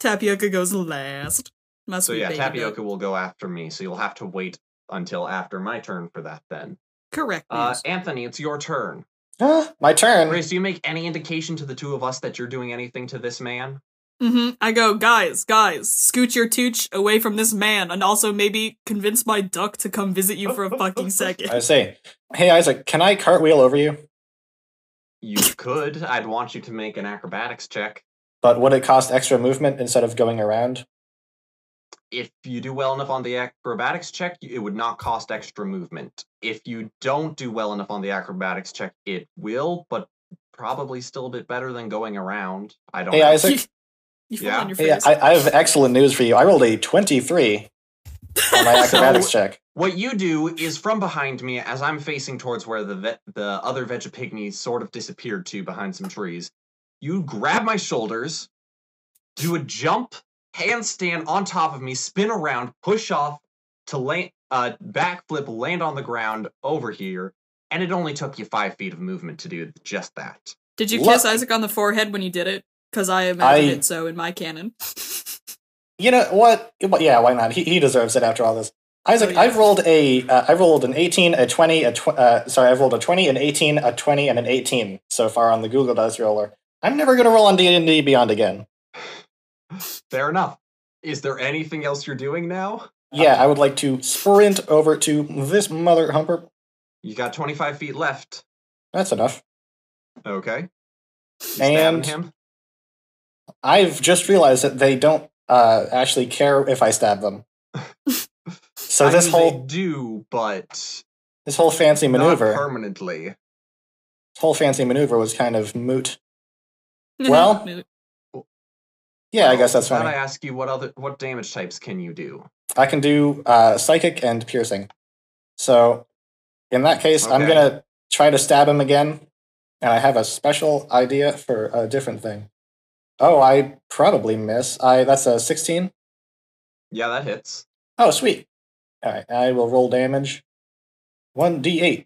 Tapioca goes last. Must So be yeah, baby Tapioca duck. will go after me, so you'll have to wait until after my turn for that then. Correct. Uh, news. Anthony, it's your turn. Ah, my turn. Grace, do you make any indication to the two of us that you're doing anything to this man? Mhm. I go, guys, guys, scoot your tooch away from this man, and also maybe convince my duck to come visit you for *laughs* a fucking second. I say, hey Isaac, can I cartwheel over you? You could. I'd want you to make an acrobatics check. But would it cost extra movement instead of going around? If you do well enough on the acrobatics check, it would not cost extra movement. If you don't do well enough on the acrobatics check, it will, but probably still a bit better than going around. I don't Hey know. Isaac, you fall Yeah. on your hey, face. I, I have excellent news for you. I rolled a twenty-three on my acrobatics check. What you do is from behind me, as I'm facing towards where the ve- the other veggie pygmy sort of disappeared to behind some trees, you grab my shoulders, do a jump, handstand on top of me, spin around, push off to land, uh, backflip, land on the ground over here, and it only took you five feet of movement to do just that. Did you Look- kiss Isaac on the forehead when you did it? Because I imagine I- it so in my canon. You know what? Well, Yeah, why not? He, he deserves it after all this. Isaac, Oh, yeah. I've rolled a uh, I've rolled an eighteen, a twenty, a tw- uh, sorry, I've rolled a twenty, an eighteen, a twenty, and an eighteen so far on the Google Dice roller. I'm never going to roll on D and D Beyond again. Fair enough. Is there anything else you're doing now? Yeah, I would like to sprint over to this mother humper. You got 25 feet left. That's enough. Okay. You stabbing And him. I've just realized that they don't uh, actually care if I *laughs* stab them. so I this mean, whole they do, but this whole fancy maneuver, not permanently. this whole fancy maneuver was kind of moot. *laughs* Well, Yeah, I Well, guess that's then fine. Oh, I ask you what other what damage types can you do? I can do uh, psychic and piercing. So, in that case, I'm Okay. gonna try to stab him again, and I have a special idea for a different thing. Oh, I probably miss. I that's a 16. Yeah, that hits. Oh, sweet. All right, I will roll damage. One d8.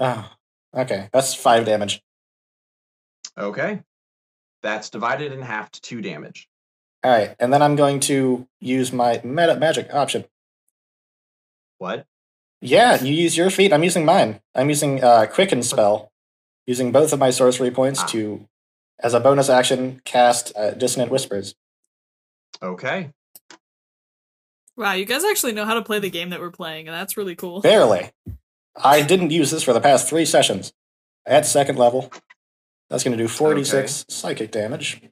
Ah, okay, that's five damage. Okay. That's divided in half to two damage. All right, and then I'm going to use my meta magic option. What? Yeah, you use your feet. I'm using mine. I'm using uh, Quicken Spell, using both of my sorcery points Ah. to, as a bonus action, cast uh, Dissonant Whispers. Okay. wow, you guys actually know how to play the game that we're playing, and that's really cool. Barely. I didn't use this for the past three sessions. At second level, that's going to do 46 psychic damage.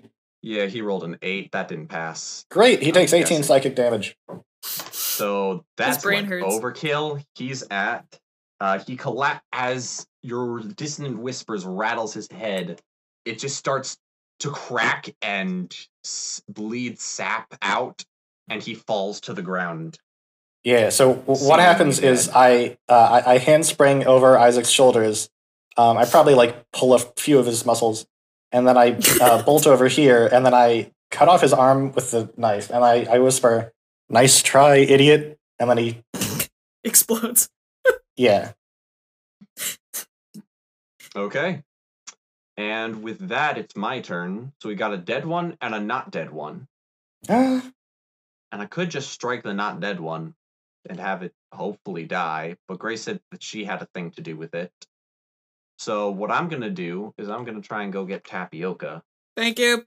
Yeah, he rolled an eight. That didn't pass. Great, he I'm takes 18 guessing. psychic damage. So that's brain like hurts. overkill. He's at. Uh, he collapse as your dissonant whispers rattles his head. It just starts to crack and s- bleed sap out, and he falls to the ground. Yeah. So w- what Seemingly happens is dead. I, uh, I I handspring over Isaac's shoulders. Um, I probably like pull a few of his muscles, and then I uh, bolt over here, and then I cut off his arm with the knife, and I I whisper, "Nice try, idiot!" And then he, *laughs* Explodes. yeah, Okay. And with that, it's my turn. So we got a dead one and a not dead one. Ah, And I could just strike the not dead one. and have it hopefully die. But Grace said that she had a thing to do with it. So what I'm gonna do is I'm gonna try and go get tapioca Thank you.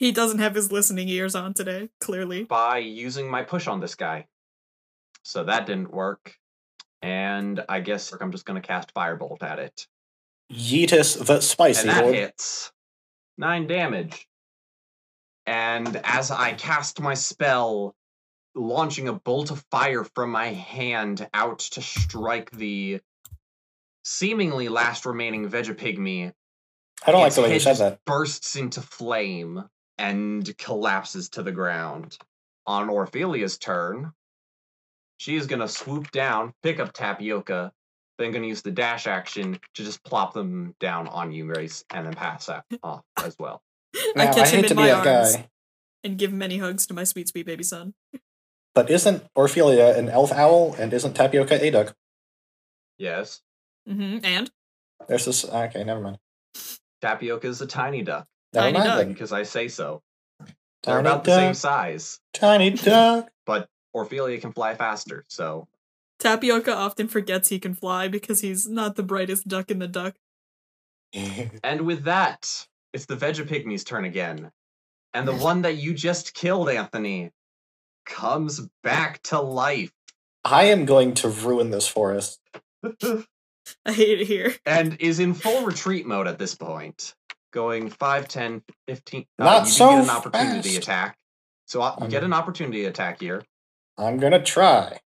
He doesn't have his listening ears on today, clearly. by using my push on this guy. So that didn't work. And I guess I'm just gonna cast firebolt at it. Yeetus the spicy And that lord. hits. Nine damage. And as I cast my spell, launching a bolt of fire from my hand out to strike the seemingly last remaining Vegapygmy, I don't like its the way you head said just that. bursts into flame and collapses to the ground. On Orphelia's turn, she is going to swoop down, pick up Tapioca, then going to use the dash action to just plop them down on you, Grace, and then pass *laughs* out off as well. I Now, catch him hate in to my be arms that guy, and give many hugs to my sweet, sweet baby son. but isn't Orphelia an elf owl and isn't Tapioca a duck? Yes, hmm And There's this. Okay, never mind. Tapioca is a tiny duck Never Tiny mind duck. then. because I say so. They're Tiny about duck. the same size, Tiny duck. but Orphelia can fly faster, so Tapioca often forgets he can fly because he's not the brightest duck in the duck. *laughs* And with that, it's the Vegapygmy's turn again. And the one that you just killed, Anthony, comes back to life. I am going to ruin this forest. I hate it here. and is in full retreat mode at this point, going 5, 10, 15. uh, Not you do so get an opportunity fast. attack. So I, you get Um, an opportunity attack here. I'm gonna try.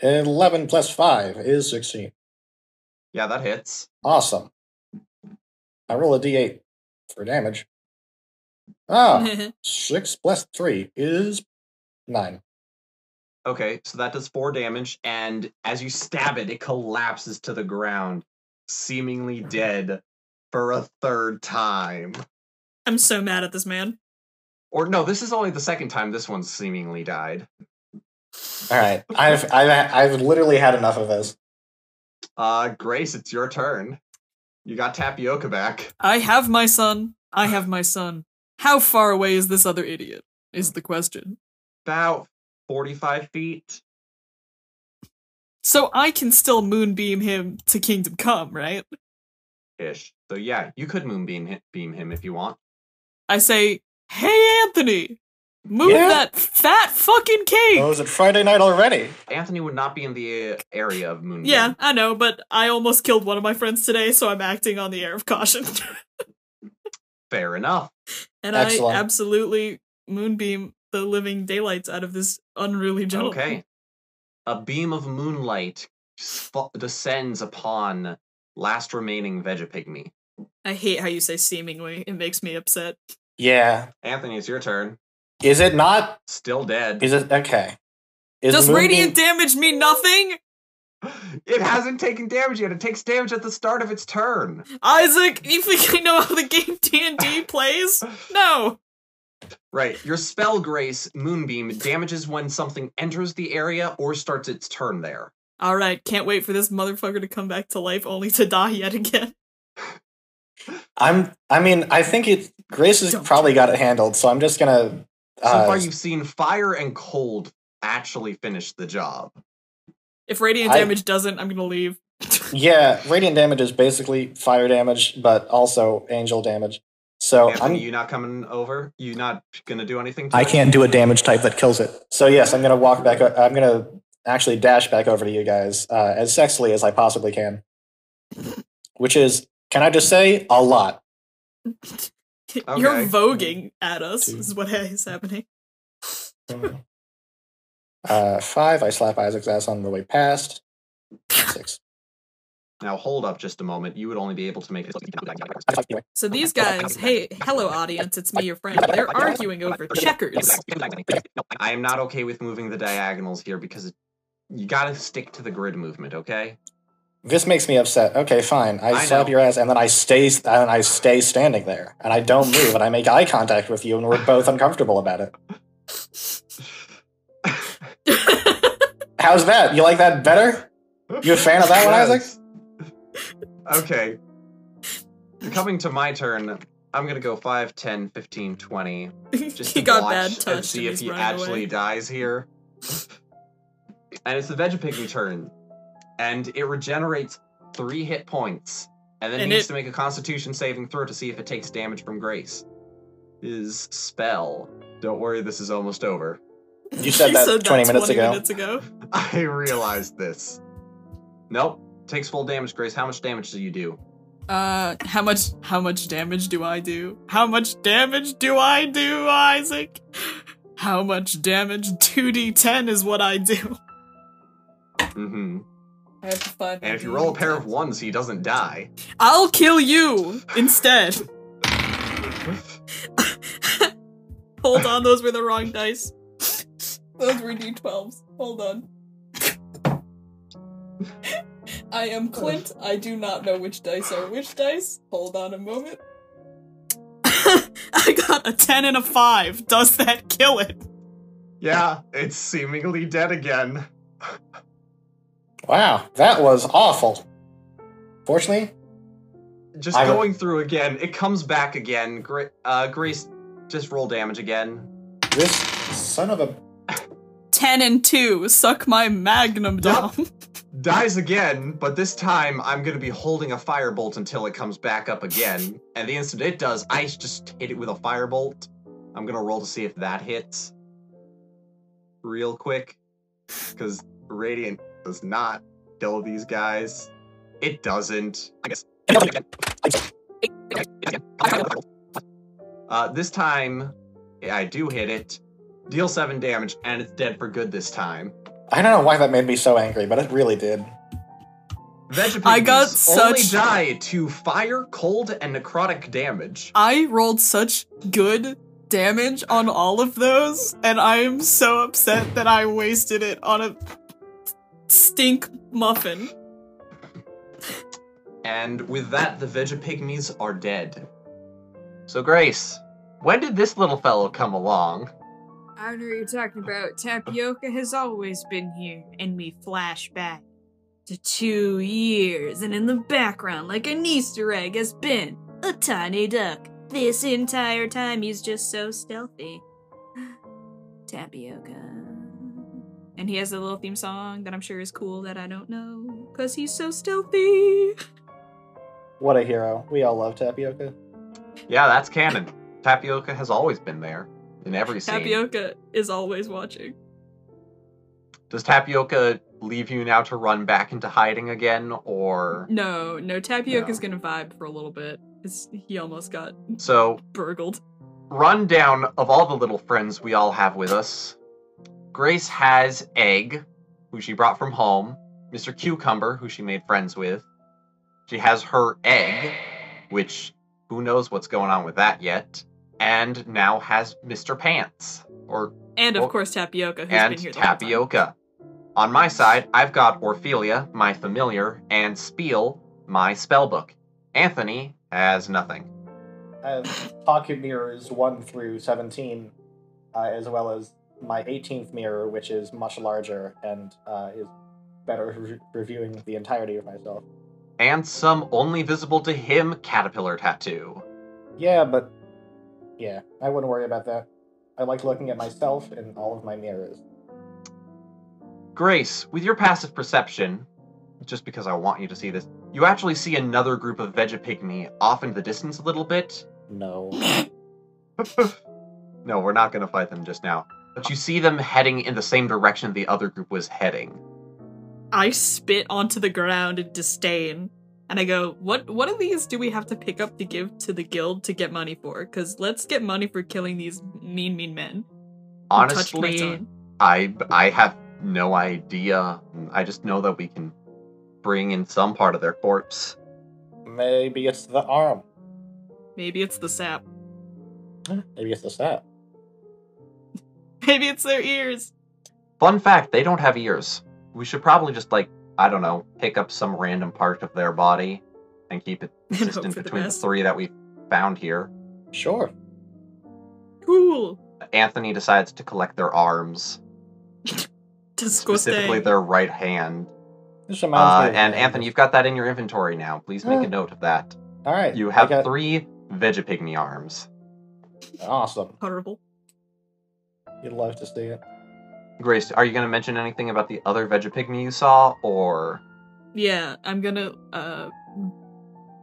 Eleven plus five is sixteen. Yeah, that hits. Awesome. I roll a d8 for damage. *laughs* Ah, six plus three is nine. Okay, so that does four damage, and as you stab it, it collapses to the ground, seemingly dead for a third time. I'm so mad at this man. Or no, this is only the second time this one seemingly died. All right, I've I've I've literally had enough of *laughs* this. Uh Grace, it's your turn. You got tapioca back. I have my son. I have my son. How far away is this other idiot? Is the question. About 45 feet. So I can still moonbeam him to Kingdom Come, right? Ish. So yeah, you could moonbeam hi- beam him if you want. I say, hey, Anthony, move Yeah? that fat fucking cake. Oh, is it Friday night already? Anthony would not be in the uh, area of moonbeam. Yeah, I know, but I almost killed one of my friends today, so I'm acting on the air of caution. *laughs* Fair enough. and Excellent. I absolutely moonbeam the living daylights out of this unruly gentleman. Okay. A beam of moonlight sp- descends upon last remaining Vegapygmy. I hate how you say seemingly. It makes me upset. Yeah. Anthony, it's your turn. Is it not? Still dead. *gasps* Is it okay? Is Does Moonbeam- radiant damage mean nothing? It hasn't taken damage yet. It takes damage at the start of its turn. Isaac, you think I know how the game *laughs* D&D plays? No. Right. Your spell grace, Moonbeam, damages when something enters the area or starts its turn there. All right, can't wait for this motherfucker to come back to life only to die yet again. I'm. I mean, I think it. Grace has Don't. probably got it handled, so I'm just gonna. So Uh, far, you've seen fire and cold actually finish the job. If radiant I- damage doesn't, I'm going to leave. yeah, radiant damage is basically fire damage, but also angel damage. So Anthony, Oh, I'm you not coming over? You not gonna do anything? I tonight? can't do a damage type that kills it. So yes, I'm gonna walk back. o- I'm gonna actually dash back over to you guys uh, as sexily as I possibly can. Which is, can I just say, a lot. *laughs* You're Okay. voguing at us, Two. is what is happening. Uh, five. I slap Isaac's ass on the way past. Six. Now hold up just a moment. You would only be able to make *laughs* it. So *laughs* Oh these guys, hey, hello audience, it's me, your friend. They're arguing over checkers. I am not okay with moving the diagonals here because it, you gotta stick to the grid movement, okay? This makes me upset. Okay, fine. I, I slap know. your ass, and then I stay, and I stay standing there, and I don't move, and I make eye contact with you, and we're both uncomfortable about *laughs* it. How's that? You like that better? You a fan of that one, Isaac? Isaac? *laughs* Okay. Coming to my turn, I'm gonna go 5, 10, 15, 20. Just *laughs* he to got watch bad and touch see and if he's he running actually away. dies here. *laughs* and it's the Vegapigmy turn, and it regenerates three hit points, and then And needs it- to make a Constitution saving throw to see if it takes damage from Grace. His spell. Don't worry, this is almost over. *laughs* You *laughs* said that 20 minutes ago. minutes ago. I realized this. Nope, takes full damage. Grace, how much damage do you do? Uh, how much how much damage do I do? How much damage do I do, Isaac? How much damage? *laughs* 2d10 is what I do. Mm-hmm. I have to find. And if you roll a pair of ones, he doesn't die. I'll kill you instead. *laughs* Hold on, those were the wrong dice. Those were d12s. Hold on. I am Clint. I do not know which dice are which dice. Hold on a moment. *laughs* I got a 10 and a 5. Does that kill it? yeah, it's seemingly dead again. Wow, that was awful. Fortunately, Just I- going through again, it comes back again. Gra- uh, Grace, just roll damage again. this son of a 10 and 2. Suck my magnum dom. Dies again, but this time I'm gonna be holding a firebolt until it comes back up again. And the instant it does, I just hit it with a firebolt. I'm gonna roll to see if that hits. Real quick. Because Radiant does not kill these guys. It doesn't. I guess. Uh, this time, I do hit it. Deal 7 damage, and it's dead for good this time. I don't know why that made me so angry, but it really did. Vegapigments I got only such- die to fire, cold, and necrotic damage. I rolled such good damage on all of those, and I'm so upset that I wasted it on a stink muffin. And with that, the Vegapigmies are dead. So, Grace, when did this little fellow come along? I don't know what you're talking about. Tapioca has always been here, and we flash back to two years, and in the background, like an Easter egg, has been a tiny duck. This entire time, he's just so stealthy. *sighs* Tapioca. And he has a little theme song that I'm sure is cool that I don't know, because he's so stealthy. What a hero. We all love tapioca. Yeah, that's canon. Tapioca has always been there in every scene. Tapioca is always watching. Does Tapioca leave you now to run back into hiding again, or No, no, Tapioca's No. gonna vibe for a little bit. 'cause He almost got so? burgled. rundown of all the little friends we all have with us. Grace has Egg, who she brought from home, Mr. Cucumber, who she made friends with. She has her egg, which who knows what's going on with that yet, and now has Mr. Pants, or And of Well, course, Tapioca, who's and been here the whole time. Tapioca. On my side, I've got Orphelia, my familiar, and Spiel, my spellbook. Anthony has nothing. I have pocket mirrors 1 through 17, uh, as well as my 18th mirror, which is much larger and uh, is better at re- reviewing the entirety of myself. and some only visible to him caterpillar tattoo. Yeah, but yeah, I wouldn't worry about that. I like looking at myself in all of my mirrors. Grace, with your passive perception, just because I want you to see this, you actually see another group of Vegapygmy off into the distance a little bit. No. No, we're not going to fight them just now. But you see them heading in the same direction the other group was heading. I spit onto the ground in disdain. And I go, what what of these do we have to pick up to give to the guild to get money for? Cause let's get money for killing these mean mean men. who touched my Honestly, son." I I have no idea. I just know that we can bring in some part of their corpse. Maybe it's the arm. maybe it's the sap. *laughs* Maybe it's the sap. Maybe it's their ears. Fun fact, they don't have ears. We should probably just like, I don't know, pick up some random part of their body and keep it *laughs* And hope consistent for the between the best. three that we found here. Sure. Cool. Anthony decides to collect their arms, specifically Disgusting. their right hand. This Uh, reminds me. and Anthony, you've got that in your inventory now. Please make Yeah. a note of that. all right, You I have got- three Vegapygmy arms. Awesome. Horrible. You'd love to see it. Grace, are you going to mention anything about the other Vegapygmy you saw, *laughs* or Yeah, I'm gonna uh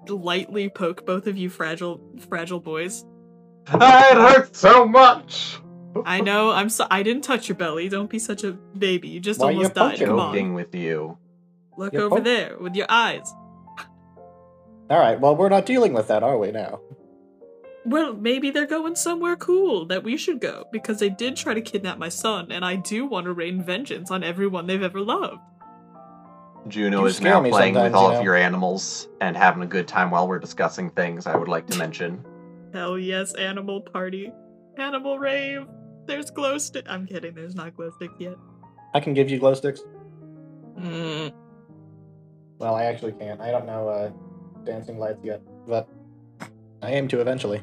lightly poke both of you fragile fragile boys. Ah, it hurts so much. I know, I'm so I didn't touch your belly. Don't be such a baby. You just Why you almost died. poking? Come on. joking with you? Look You over poke- there with your eyes. All right. Well, we're not dealing with that, are we now? Well, maybe they're going somewhere cool that we should go because they did try to kidnap my son, and I do want to rain vengeance on everyone they've ever loved. Juno You is scare now me playing with sometimes, all you know. of your animals and having a good time while we're discussing things. I would like to mention. Hell yes, animal party, animal rave. There's glow stick. I'm kidding. There's not glow stick yet. I can give you glow sticks. Mm. Well, I actually can't. I don't know uh, dancing lights yet, but I aim to eventually.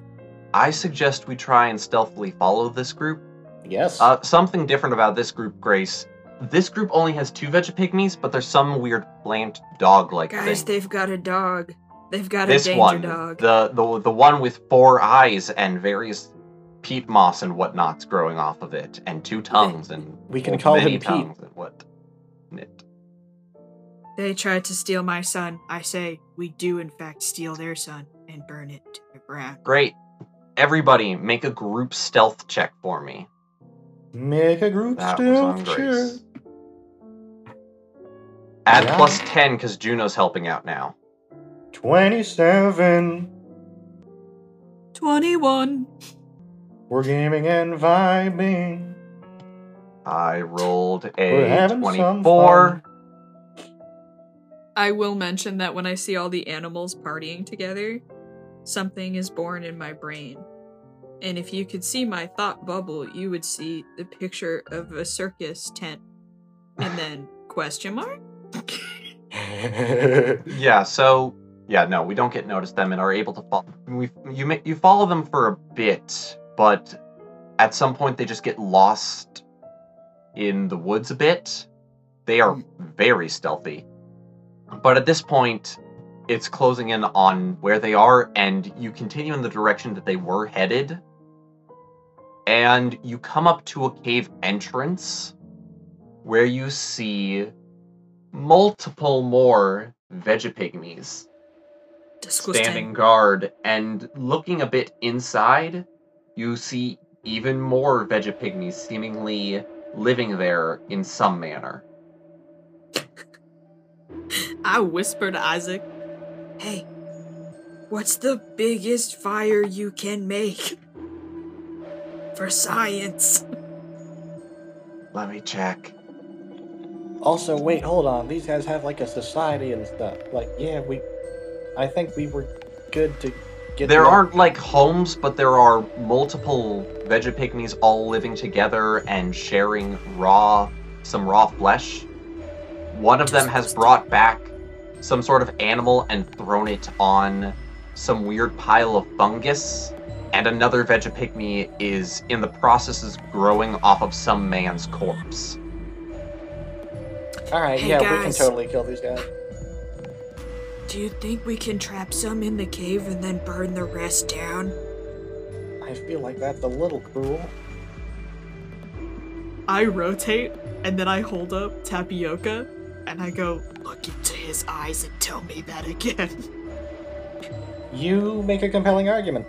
I suggest we try and stealthily follow this group. Yes. Uh, something different about this group, Grace. This group only has two Vegapygmies, but there's some weird plant dog-like Guys, thing. they've got a dog. They've got a this danger one, dog. the the the one with four eyes and various peat moss and whatnots growing off of it, and two tongues and we can call many him Pete. tongues and what? It. They tried to steal my son. I say we do in fact steal their son and burn it to the ground. Great. Everybody, make a group stealth check for me. Make a group That was stealth on cheer. Grace. Add Yeah. plus ten because Juno's helping out now. Twenty-seven. Twenty-one. We're gaming and *laughs* vibing. I rolled We're a having some twenty-four. I will mention that when I see all the animals partying together, something is born in my brain. And if you could see my thought bubble, you would see the picture of a circus tent and then question mark? *laughs* Yeah. So yeah, no, we don't get noticed them and are able to follow. We you ma- you follow them for a bit, but at some point they just get lost in the woods a bit. They are very stealthy, but at this point, it's closing in on where they are, and you continue in the direction that they were headed. And you come up to a cave entrance where you see multiple more Vegapygmies Disgusting. standing guard and looking a bit inside you see even more vegapygmies seemingly living there in some manner I whispered to Isaac. Hey, what's the biggest fire you can make? For science. let me check also, wait, hold on. These guys have like a society and stuff. Like, yeah, we. I think we were good to get. there the- aren't like homes but there are multiple vegapygmies all living together and sharing raw some raw flesh one of them has brought back some sort of animal and thrown it on some weird pile of fungus and another vegapygmy is in the process of growing off of some man's corpse All right, Hey, yeah, we can guys. totally kill these guys. Do you think we can trap some in the cave and then burn the rest down? I feel like that's a little cruel. I rotate and then I hold up tapioca and I go, look into his eyes and tell me that again. You make a compelling argument.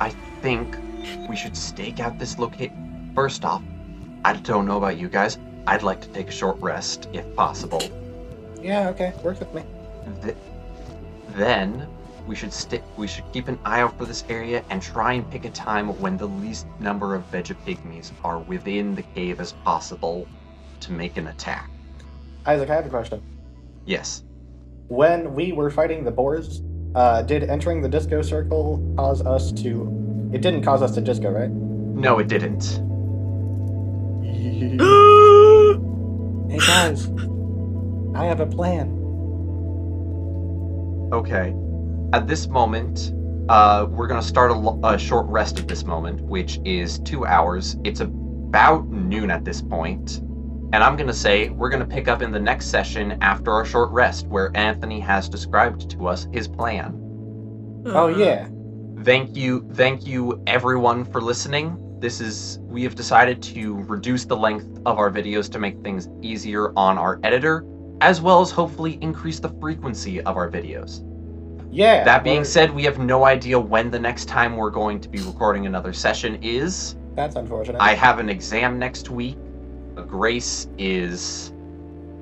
i think we should stake out this locate first off i don't know about you guys i'd like to take a short rest if possible Yeah, okay, works with me. Th- then we should stick. We should keep an eye out for this area and try and pick a time when the least number of vegapygmies are within the cave as possible to make an attack. Isaac, I have a question. Yes. When we were fighting the boars, uh, did entering the disco circle cause us to? It didn't cause us to disco, right? No, it didn't. hey I guys, I have a plan. Okay. At this moment, uh, we're gonna start a, lo- a short rest at this moment, which is two hours. It's about noon at this point, and I'm gonna say we're gonna pick up in the next session after our short rest, where Anthony has described to us his plan. Oh yeah. Uh-huh. Thank you, thank you everyone for listening. This is, we have decided to reduce the length of our videos to make things easier on our editor, as well as hopefully increase the frequency of our videos. Yeah. That being well, said, we have no idea when the next time we're going to be recording another session is. that's unfortunate. I have an exam next week. Uh, Grace is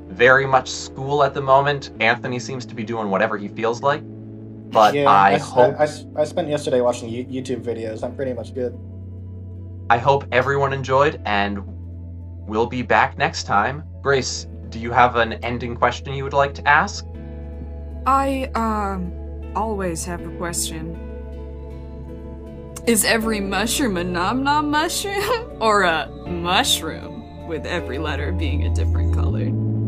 very much school at the moment. Anthony seems to be doing whatever he feels like. But yeah, I, s- hope I, s- I spent yesterday watching Yo- YouTube videos. I'm pretty much good. I hope everyone enjoyed, and we'll be back next time. Grace, do you have an ending question you would like to ask? I um always have a question. Is every mushroom a nom nom *laughs* mushroom or a mushroom with every letter being a different color?